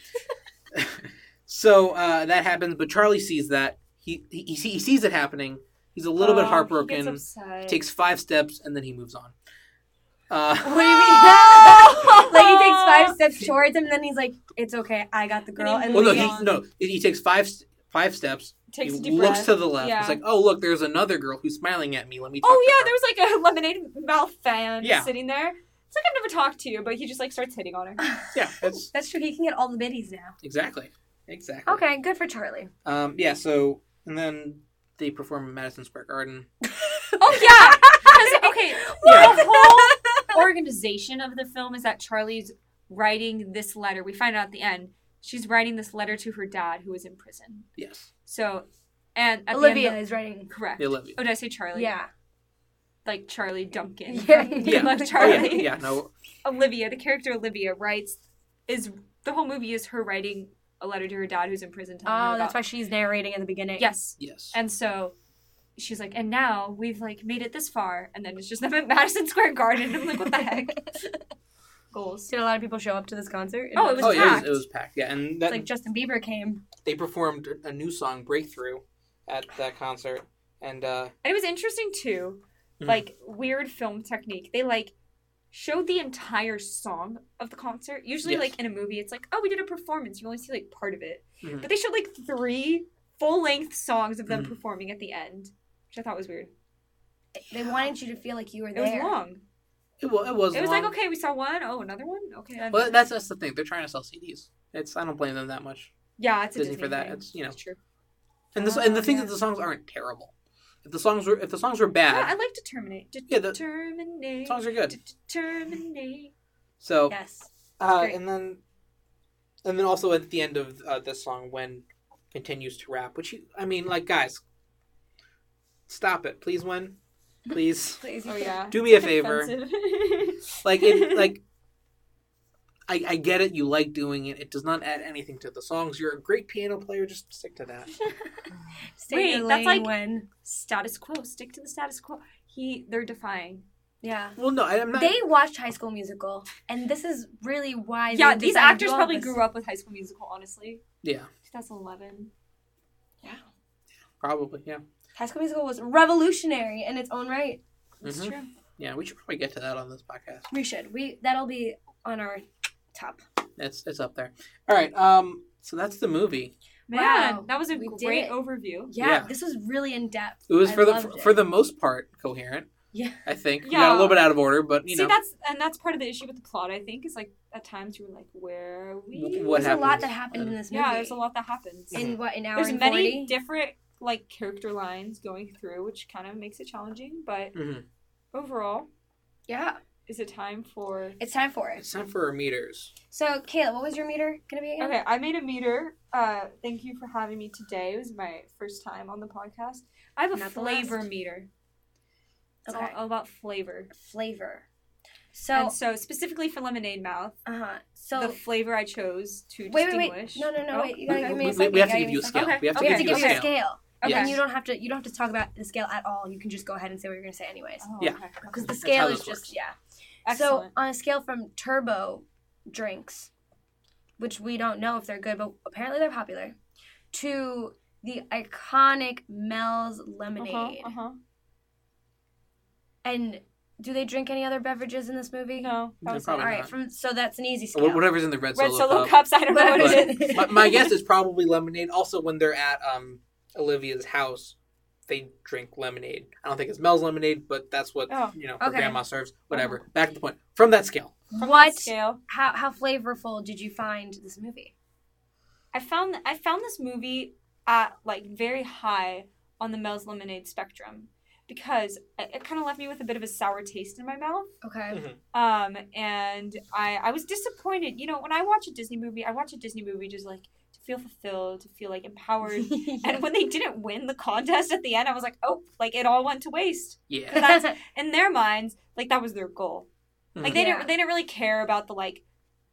B: so uh, that happens, but Charlie sees that he he, he see- he sees it happening. He's a little bit
C: Oh,
B: heartbroken.
C: He gets upset.
B: takes five steps and then he moves on. Uh,
A: What do you mean? like he takes five steps towards him, and then he's like, "It's okay, I got the girl."
C: he
A: And
B: well,
C: moves
B: no,
A: then
C: on.
A: he,
B: he, no, he takes five s- five steps.
C: Takes
B: he
C: a deep
B: looks
C: breath.
B: to the left.
C: Yeah.
B: It's like, oh look, there's another girl who's smiling at me. Let me. Talk
C: Oh yeah,
B: to
C: there was like a lemonade mouth fan
B: Yeah.
C: sitting there. It's like I've never talked to you, but he just like starts hitting on her.
B: her. yeah, that's
A: that's true. He can get all the biddies now.
B: exactly, exactly.
A: Okay, good for Charlie.
B: Um, yeah. So and then they perform in Madison Square Garden.
C: Oh yeah, Wait,
B: Yeah.
C: the whole organization of the film is that Charlie's writing this letter. We find out at the end she's writing this letter to her dad who is in prison.
B: Yes.
C: So, and at
A: Olivia
C: the end
A: is writing.
C: of- correct.
B: Olivia.
C: Oh, did I say Charlie?
A: Yeah.
C: like Charlie Duncan.
A: Yeah.
C: from
B: Yeah.
C: Good Luck
B: Oh, yeah,
C: Charlie.
B: yeah, no.
C: Olivia, the character Olivia writes is the whole movie is her writing a letter to her dad who's in prison. Telling her
A: Oh, that's
C: about-
A: why she's narrating in the beginning.
C: Yes,
B: Yes.
C: and so she's like, and now we've like made it this far, and then it's just them at Madison Square Garden. I'm like, what the heck? Goals.
A: Did a lot of people show up to this concert?
C: Oh, it was
B: oh,
A: It's
B: yeah, it was,
C: packed.
B: it was packed. Yeah, and that,
A: like Justin Bieber came.
B: they performed a new song, Breakthrough, at that concert. And uh,
C: And it was interesting too,
B: Mhm.
C: like weird film technique. They like showed the entire song of the concert. Usually,
B: Yes.
C: like in a movie, it's like, oh, we did a performance. You only see like part of it.
B: Mhm.
C: But they showed like three full length songs of them
B: Mhm.
C: performing at the end, which I thought was weird.
A: They wanted you to feel like you were
C: It was
A: there.
C: long.
B: it, wa- it was
C: It was
B: long.
C: like, okay, we saw one. Oh, another one. Okay. and-
B: Well, that's that's the thing. They're trying to sell CDs. It's I don't blame them that much.
C: yeah, it's a
B: Disney
C: Disney,
B: for that,
C: thing.
B: it's, you know.
C: true.
B: And this
A: Oh,
B: and the thing
A: yeah.
B: is, the songs aren't terrible. If the songs were if the songs were
C: Yeah, I
B: bad,
C: like to terminate. De-
B: Yeah, the-
C: terminate.
B: songs are good.
C: de- terminate.
B: So
A: Yes.
B: uh,
C: great.
B: and then and then also at the end of uh, this song when continues to rap, which you, I mean, like guys, stop it, please. When please
A: Please.
C: Oh yeah.
B: do me a favor.
C: Offensive.
B: like it like I, I get it you like doing it it does not add anything to the songs you're a great piano player just stick to that
A: Stay Wait, in your
C: Wait,
A: lane
C: that's like-
A: when.
C: status quo. Stick to the status quo. He, they're defying.
A: Yeah.
B: well no I, i'm not
A: They watched High School Musical, and this is really why.
C: yeah, these actors probably grew up with High School Musical. Honestly,
B: yeah
C: 2011. Yeah,
B: probably yeah
A: High School Musical was revolutionary in its own right.
C: that's
B: Mhm.
C: true.
B: yeah we should probably get to that on this podcast
A: We should. We that'll be on our top.
B: it's it's up there all right um so that's the movie
C: Man,
A: Wow,
C: that was a
A: we did
C: great
A: it.
C: overview.
A: Yeah,
B: Yeah.
A: this was really in depth.
B: it was
A: I
B: for the
A: loved
B: for,
A: it.
B: for the most part coherent
A: Yeah.
B: i think we got a little
C: Yeah.
B: bit out of order but you
C: See,
B: know
C: that's and that's part of the issue with the plot. I think is like at times you were like, where are we?
B: What
A: There's a lot
B: happens?
A: that happened in this movie.
C: Yeah, there's a lot that happens.
B: Mhm.
A: In what an hour
C: There's
A: and
C: many
A: 40?
C: different like character lines going through, which kind of makes it challenging. But
B: Mhm.
C: overall,
A: yeah,
C: is it time for?
A: it's time for it.
B: it's time for our meters
A: So, Kayla, what was your meter gonna be again?
C: Okay, I made a meter. Uh, thank you for having me today. It was my first time on the podcast. I have a
A: Not the
C: flavor
A: last.
C: meter. It's
A: Okay.
C: all, all about flavor.
A: Flavor.
C: and
A: So,
C: so specifically for Lemonade Mouth,
A: uh huh. So
C: the flavor I chose to
A: wait, wait, wait.
C: distinguish.
A: No, no, no.
C: Oh,
A: Wait, you gotta
B: We-
A: give
B: we-
A: me a
B: we-
A: second.
B: we have to
A: you
B: give
A: gotta
B: you a scale
C: Okay,
B: we have to
A: We have to
C: Okay,
A: give you a
C: okay.
A: scale.
C: Okay.
A: And you don't have to. You don't have to talk about the scale at all. You can just go ahead and say what you're gonna say anyways.
C: Oh,
B: Yeah.
C: okay.
A: Because the
B: That's
A: scale
B: how
A: is
B: this
A: just
B: works.
A: yeah.
C: Excellent.
A: So on a scale from turbo drinks, which we don't know if they're good, but apparently they're popular, to the iconic Mel's lemonade.
C: uh-huh, uh-huh.
A: And do they drink any other beverages in this movie?
C: No, that
B: No,
C: was it.
A: All
B: probably
A: right,
B: not.
A: from so that's an easy
B: Wh-
A: scale.
B: whatever's in the red,
C: Red
B: solo,
C: solo
B: cup.
C: cups. I don't know what it
A: Whatever.
C: is.
B: my, my guess is probably lemonade. Also, when they're at um, Olivia's house, they drink lemonade. I don't think it smells lemonade, but that's what
C: Oh,
B: you know her
A: okay.
B: grandma serves. Whatever. Back to the point. From that scale,
C: From
A: What?
C: the scale?
A: How how flavorful did you find this movie?
C: I found I found this movie at like very high on the Mel's Lemonade spectrum because it, it kind of left me with a bit of a sour taste in my mouth.
A: Okay.
C: Um, and I I was disappointed. You know, when I watch a Disney movie, I watch a Disney movie just like to feel fulfilled, to feel like empowered. And when they didn't win the contest at the end, I was like, oh, like it all went to waste.
B: yeah,
C: that's- In their minds, like that was their goal.
B: Hmm.
C: Like they
A: Yeah.
C: didn't they didn't really care about the like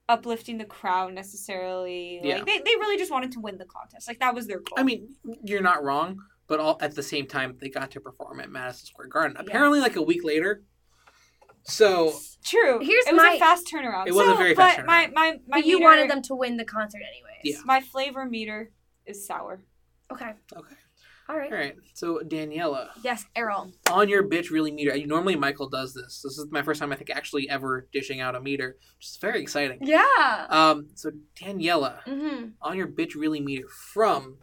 C: uplifting the crowd necessarily. Like
B: Yeah.
C: they, they really just wanted to win the contest. Like that was their goal.
B: I mean, you're not wrong. But all at the same time, they got to perform at Madison Square Garden. Apparently, like a week later. So
C: True.
A: Here's
C: it was
A: my-
C: a fast turnaround.
B: It was a
C: So,
B: very
C: but
B: fast
C: My my my
A: but you
C: meter-
A: wanted them to win the concert anyways.
B: Yeah.
C: my flavor meter is sour.
A: Okay.
B: okay,
A: All right.
B: all right. So Daniela,
A: Yes, Errol.
B: on your bitch really meter. Normally Michael does this. This is my first time I think actually ever dishing out a meter, which is very exciting.
A: Yeah.
B: Um, so Daniela,
A: Mm-hmm.
B: on your bitch really meter from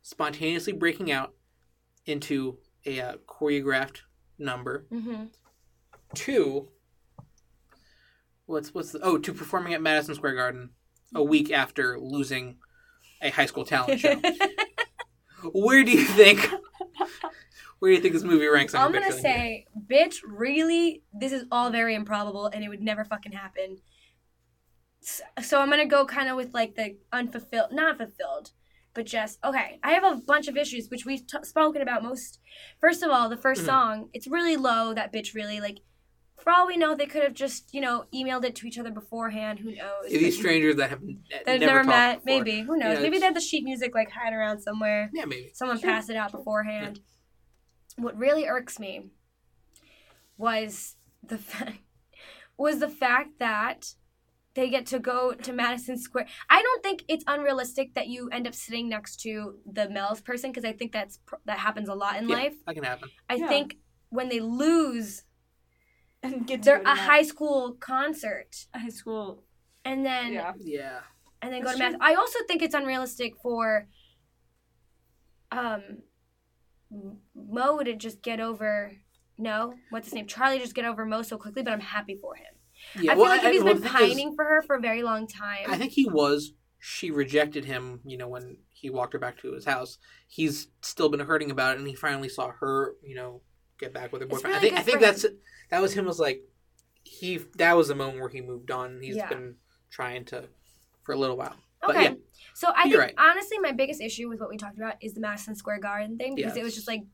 B: spontaneously breaking out into a uh, choreographed number
A: Mm-hmm.
B: to what's what's the, oh to performing at Madison Square Garden a week after losing Oh, a high school talent show. Where do you think? Where do you think this movie ranks? on
A: I'm
B: your
A: gonna
B: bitch rating?
A: say, bitch, really, this is all very improbable and it would never fucking happen. S- So I'm gonna go kind of with like the unfulfilled, not fulfilled, but just okay. I have a bunch of issues which we've t- spoken about most. First of all, the 1st
B: Mhm.
A: song, it's really low. That bitch really like. For all we know, they could have just you know emailed it to each other beforehand. Who knows?
B: If these strangers that have n-
A: They've never,
B: never,
A: met.
B: talked before.
A: Maybe who knows?
B: Yeah,
A: maybe
B: it's-
A: they had the sheet music like hiding around somewhere
B: Yeah, maybe.
A: someone
C: Sure.
A: passed it out beforehand. What really irks me was the fact was the fact that they get to go to Madison Square. I don't think it's unrealistic that you end up sitting next to the Mel's person because I think that's pr- that happens a lot in
B: Yeah,
A: life.
B: that can happen.
A: I
C: Yeah.
A: think when they lose,
C: and get to
A: they're
C: go to
A: a
C: that
A: high school concert
C: high school.
A: and then
C: Yeah.
B: Yeah.
A: and then go
C: That's
A: to math. I also think it's unrealistic for um M- Mo to just get over no, what's his name? Charlie just get over Mo so quickly, but I'm happy for him.
B: Yeah.
A: I feel
B: well,
A: like if he's
B: well,
A: been
B: the thing is,
A: pining for her for a very long time.
B: I think he was. She rejected him, you know, when he walked her back to his house. He's still been hurting about it, and he finally saw her, you know, get back with her
A: It's
B: boyfriend.
A: really
B: I think I
A: good
B: think
A: for
B: that's that was him was like he that was the moment where he moved on. and He's
A: Yeah.
B: been trying to for a little while. But
A: okay.
B: yeah,
A: So I think
B: You're
A: honestly my biggest issue with what we talked about is the Madison Square Garden thing because
B: Yeah.
A: it was just like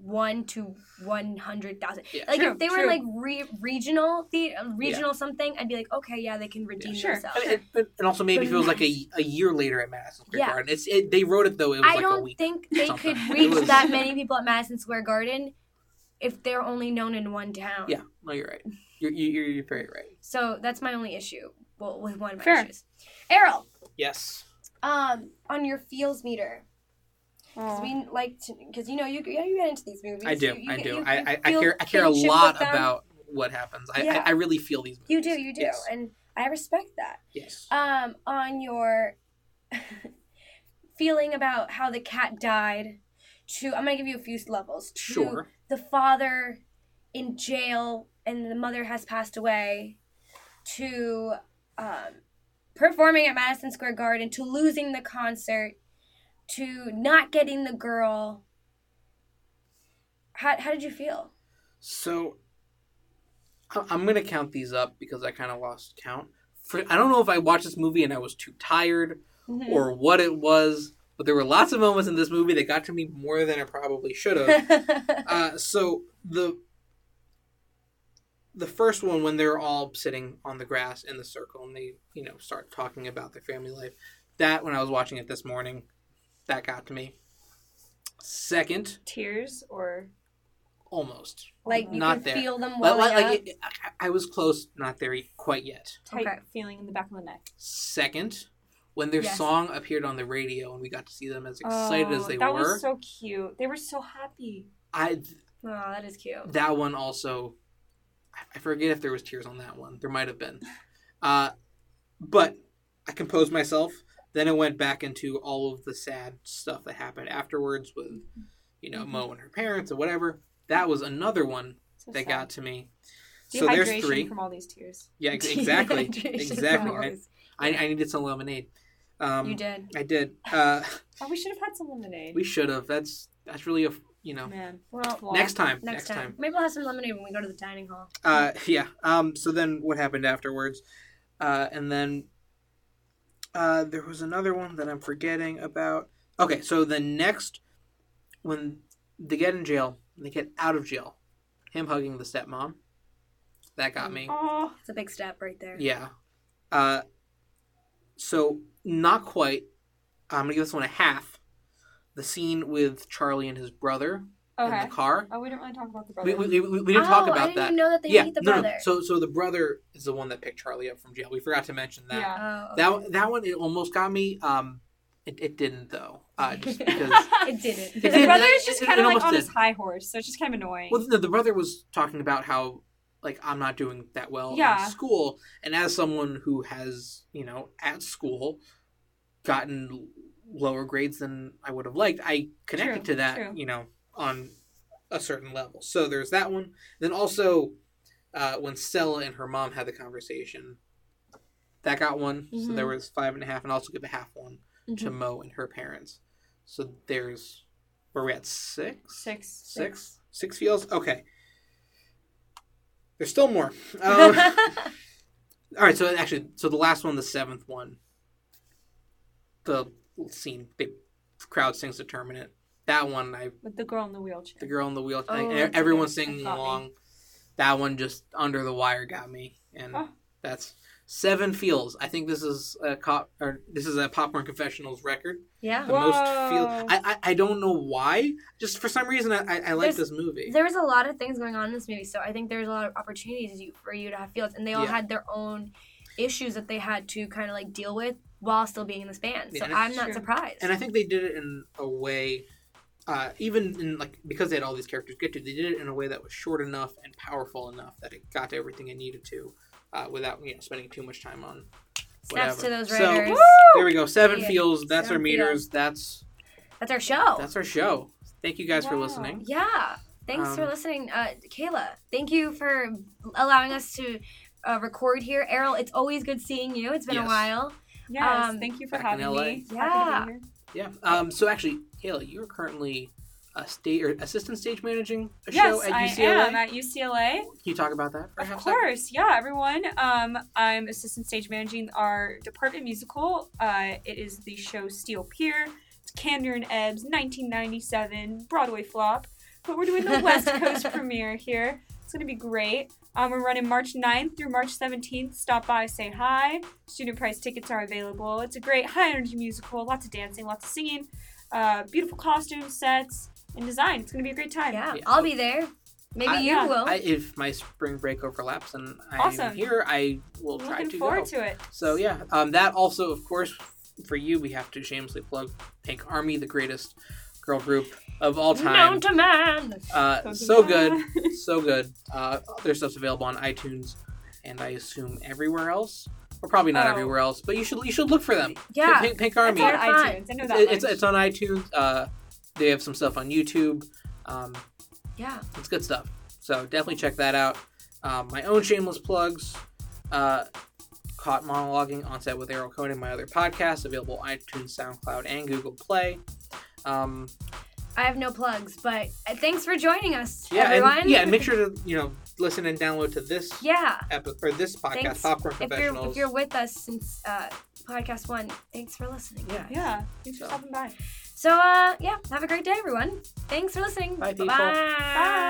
A: one to one hundred thousand.
B: Yeah.
A: Like
C: True,
A: if they were
C: true.
A: like re- regional the uh, regional something, I'd be like, okay, yeah, they can redeem
C: Sure.
A: themselves.
B: I mean, it, but- and also maybe
A: But
B: if it was like a,
A: nice.
B: a year later at Madison Square
A: Yeah.
B: Garden. It's it, they wrote it though. It was
A: I
B: like a
A: don't
B: week.
A: think they
B: something.
A: could
B: It
A: reach
B: was-
A: that many people at Madison Square Garden if they're only known in one town.
B: Yeah, no, you're right. You're you- you're, you're very right.
A: So that's my only issue. Well, with one of my
C: Fair.
A: issues. Errol,
B: Yes.
A: um, on your feels meter, because
C: Aw.
A: we like to, because you know you you get into these movies.
B: I do.
A: You- you
B: I
A: get-
B: do.
A: you-
B: I,
A: you
B: I, I
A: feel
B: care. I care a
A: kinship
B: lot
A: with them.
B: about what happens. I,
A: Yeah.
B: I, I really feel these. Movies.
A: You do. You do.
B: Yes.
A: And I respect that.
B: yes.
A: Um, on your feeling about how the cat died. To I'm gonna give you a few levels. To
B: sure.
A: the father in jail and the mother has passed away to um, performing at Madison Square Garden to losing the concert to not getting the girl. How, how did you feel?
B: So I- I'm gonna count these up because I kind of lost count. For, I don't know if I watched this movie and I was too tired
A: Hmm.
B: or what it was, but there were lots of moments in this movie that got to me more than I probably should have. Uh, so the the first one when they're all sitting on the grass in the circle and they you know start talking about their family life that when i was watching it this morning that got to me second
C: Tears or
B: almost
A: like you
B: Not
A: can
B: there.
A: feel
C: Oh,
A: them
B: Like-
A: welling
B: like,
A: up.
B: it- I, I was close not there e, quite yet
C: tight
A: Okay.
C: feeling in the back of the neck.
B: second when their
A: Yes.
B: song appeared on the radio and we got to see them as excited as
C: Oh,
B: they
C: that
B: were
C: was so cute. They were so happy.
B: i
A: oh, that is cute.
B: that one also I- i forget if there was tears on that one there might have been uh, but i composed myself then it went back into all of the sad stuff that happened afterwards with you know
A: Mm-hmm.
B: mo and her parents or whatever that was another one
C: So
B: that
C: sad.
B: got to me so
C: Dehydration
B: there's three
C: from all these tears.
B: yeah ex- exactly
A: Dehydration
B: exactly I,
A: problems.
B: I, I needed some lemonade um,
A: you did.
B: i did uh,
C: Oh, we should have had some lemonade.
B: we should have that's that's really a you know
C: Man,
A: Well,
C: Well,
B: next time
A: next, time. Maybe we'll have some lemonade when we go to the dining hall.
B: Uh, yeah. Um, so then what happened afterwards? Uh, and then uh, there was another one that I'm forgetting about. Okay, so the next when they get in jail, when they get out of jail, him hugging the stepmom, that got me.
C: oh,
A: It's a big step right there.
B: Yeah. Uh, so not quite. I'm gonna give this one a half. The scene with Charlie and his brother
C: okay.
B: in the car.
C: Oh, we didn't really talk about the brother.
B: We, we, we, we didn't talk
A: oh, I
B: about
A: didn't
B: that.
A: even know that they
B: yeah,
A: meet the
B: no,
A: brother.
B: no. So, so the brother is the one that picked Charlie up from jail. We forgot to mention that.
C: Yeah.
A: Oh, okay.
B: That one- that one it almost got me. Um, it, it didn't though, uh, just because.
A: it didn't.
B: It
C: the
B: did.
C: brother is just
B: It- it
C: kind of like
B: almost
C: on
B: did.
C: his high horse, so it's just kind of annoying.
B: well, the, the brother was talking about how like I'm not doing that well
C: Yeah.
B: in school, and as someone who has you know at school gotten l- lower grades than I would have liked, I connected to
C: True,
B: that
C: true.
B: you know on a certain level. So there's that one. Then also uh, when Stella and her mom had the conversation, that got one. So
C: Mm-hmm.
B: there was five and a half, and I also give a half one to Mo and her parents. So there's Where are we at? Six?
C: Six.
B: Six? Six feels? Okay. There's still more. Um, all right, so actually, so the last one, the seventh one, the scene, the crowd sings Determinate. That one, I
C: With the girl in the wheelchair.
B: the girl in the wheelchair,
A: Oh,
B: e- everyone
C: okay.
B: singing
C: That got me.
B: along. That one just under the wire got me, and
C: Oh.
B: that's seven feels. I think this is a cop or this is a popcorn confessionals record.
A: yeah.
B: The most feel.
C: Whoa.
B: I, I I don't know why. Just for some reason, I I, I like
A: There's-
B: this movie.
A: There was a lot of things going on in this movie, so I think there's a lot of opportunities you, for you to have feels, and they all
B: Yeah.
A: had their own issues that they had to kind of like deal with while still being in this band. So
B: Yeah,
A: I'm not
C: sure.
A: surprised.
B: and I think they did it in a way, uh, even in like because they had all these characters get to, they did it in a way that was short enough and powerful enough that it got to everything it needed to, uh, without you know spending too much time on.
A: Snaps
B: whatever.
A: to those
B: So-
A: writers.
C: Oh,
B: There we go. Seven
A: Yeah.
B: feels. That's our
A: Seven
B: meters. That's
A: That's our show.
B: that's our show. Thank you guys for
C: Wow.
B: listening.
A: yeah. Thanks for
B: Um,
A: listening, uh, Kayla. Thank you for allowing us to uh, record here, Errol. It's always good seeing you. It's been
B: Yes.
A: a while.
C: Yes,
A: Um,
C: thank you for
B: back in
C: having
B: LA.
C: me.
A: Yeah.
C: Happy to be here.
B: Yeah. Um. So actually, Kayla, you're currently a state or assistant stage managing a
C: Yes,
B: show at
C: I
B: UCLA.
C: am at UCLA.
B: Can you talk about that?
C: Of
B: Perhaps
C: course, yeah, everyone. Um, I'm assistant stage managing our department musical. Uh, it is the show Steel Pier. It's Candor and Ebb's 1997 Broadway flop, but we're doing the West Coast premiere here. It's gonna be great. Um, we're running March 9th through March 17th. Stop by, say hi. Student price tickets are available. It's a great high energy musical. Lots of dancing, lots of singing, uh, beautiful costumes, sets, and design. It's gonna be a great time.
A: Yeah,
B: Yeah.
A: I'll be there. Maybe
B: I-
A: you
C: yeah.
A: will.
B: I, if my spring break overlaps and I'm
C: Awesome.
B: here, I will try
C: Looking
B: to
C: forward
B: go.
C: to it.
B: So yeah, um, that also, of course, for you, we have to shamelessly plug Pink Army, the greatest girl group of all time.
A: Known to man.
B: Uh, so good, so good. Uh, their stuff's available on iTunes, and I assume everywhere else, or probably not
C: Oh.
B: everywhere else, but you should you should look for them.
A: Yeah.
B: Pink, Pink Army.
C: It's on
A: They're fine.
C: iTunes. I know that.
B: It's, it's,
C: much.
B: it's on iTunes. Uh, they have some stuff on YouTube. Um,
A: Yeah.
B: it's good stuff. So definitely check that out. Um, my own shameless plugs. Uh, Caught monologuing on set with Errol Cohen in my other podcast, available on iTunes, SoundCloud, and Google Play. Um,
A: I have no plugs, but uh, thanks for joining us,
B: yeah,
A: everyone.
B: and, yeah. and Make sure to you know listen and download to this
A: Yeah.
B: epi- or this podcast,
A: Thanks.
B: Popcorn
A: If you're
B: Confessionals.
A: if you're with us since uh, podcast one, thanks for listening.
B: Yeah.
C: Yeah. Thanks
B: So.
C: for stopping by.
A: So uh, yeah, have a great day, everyone. Thanks for listening.
B: Bye, people.
A: Bye.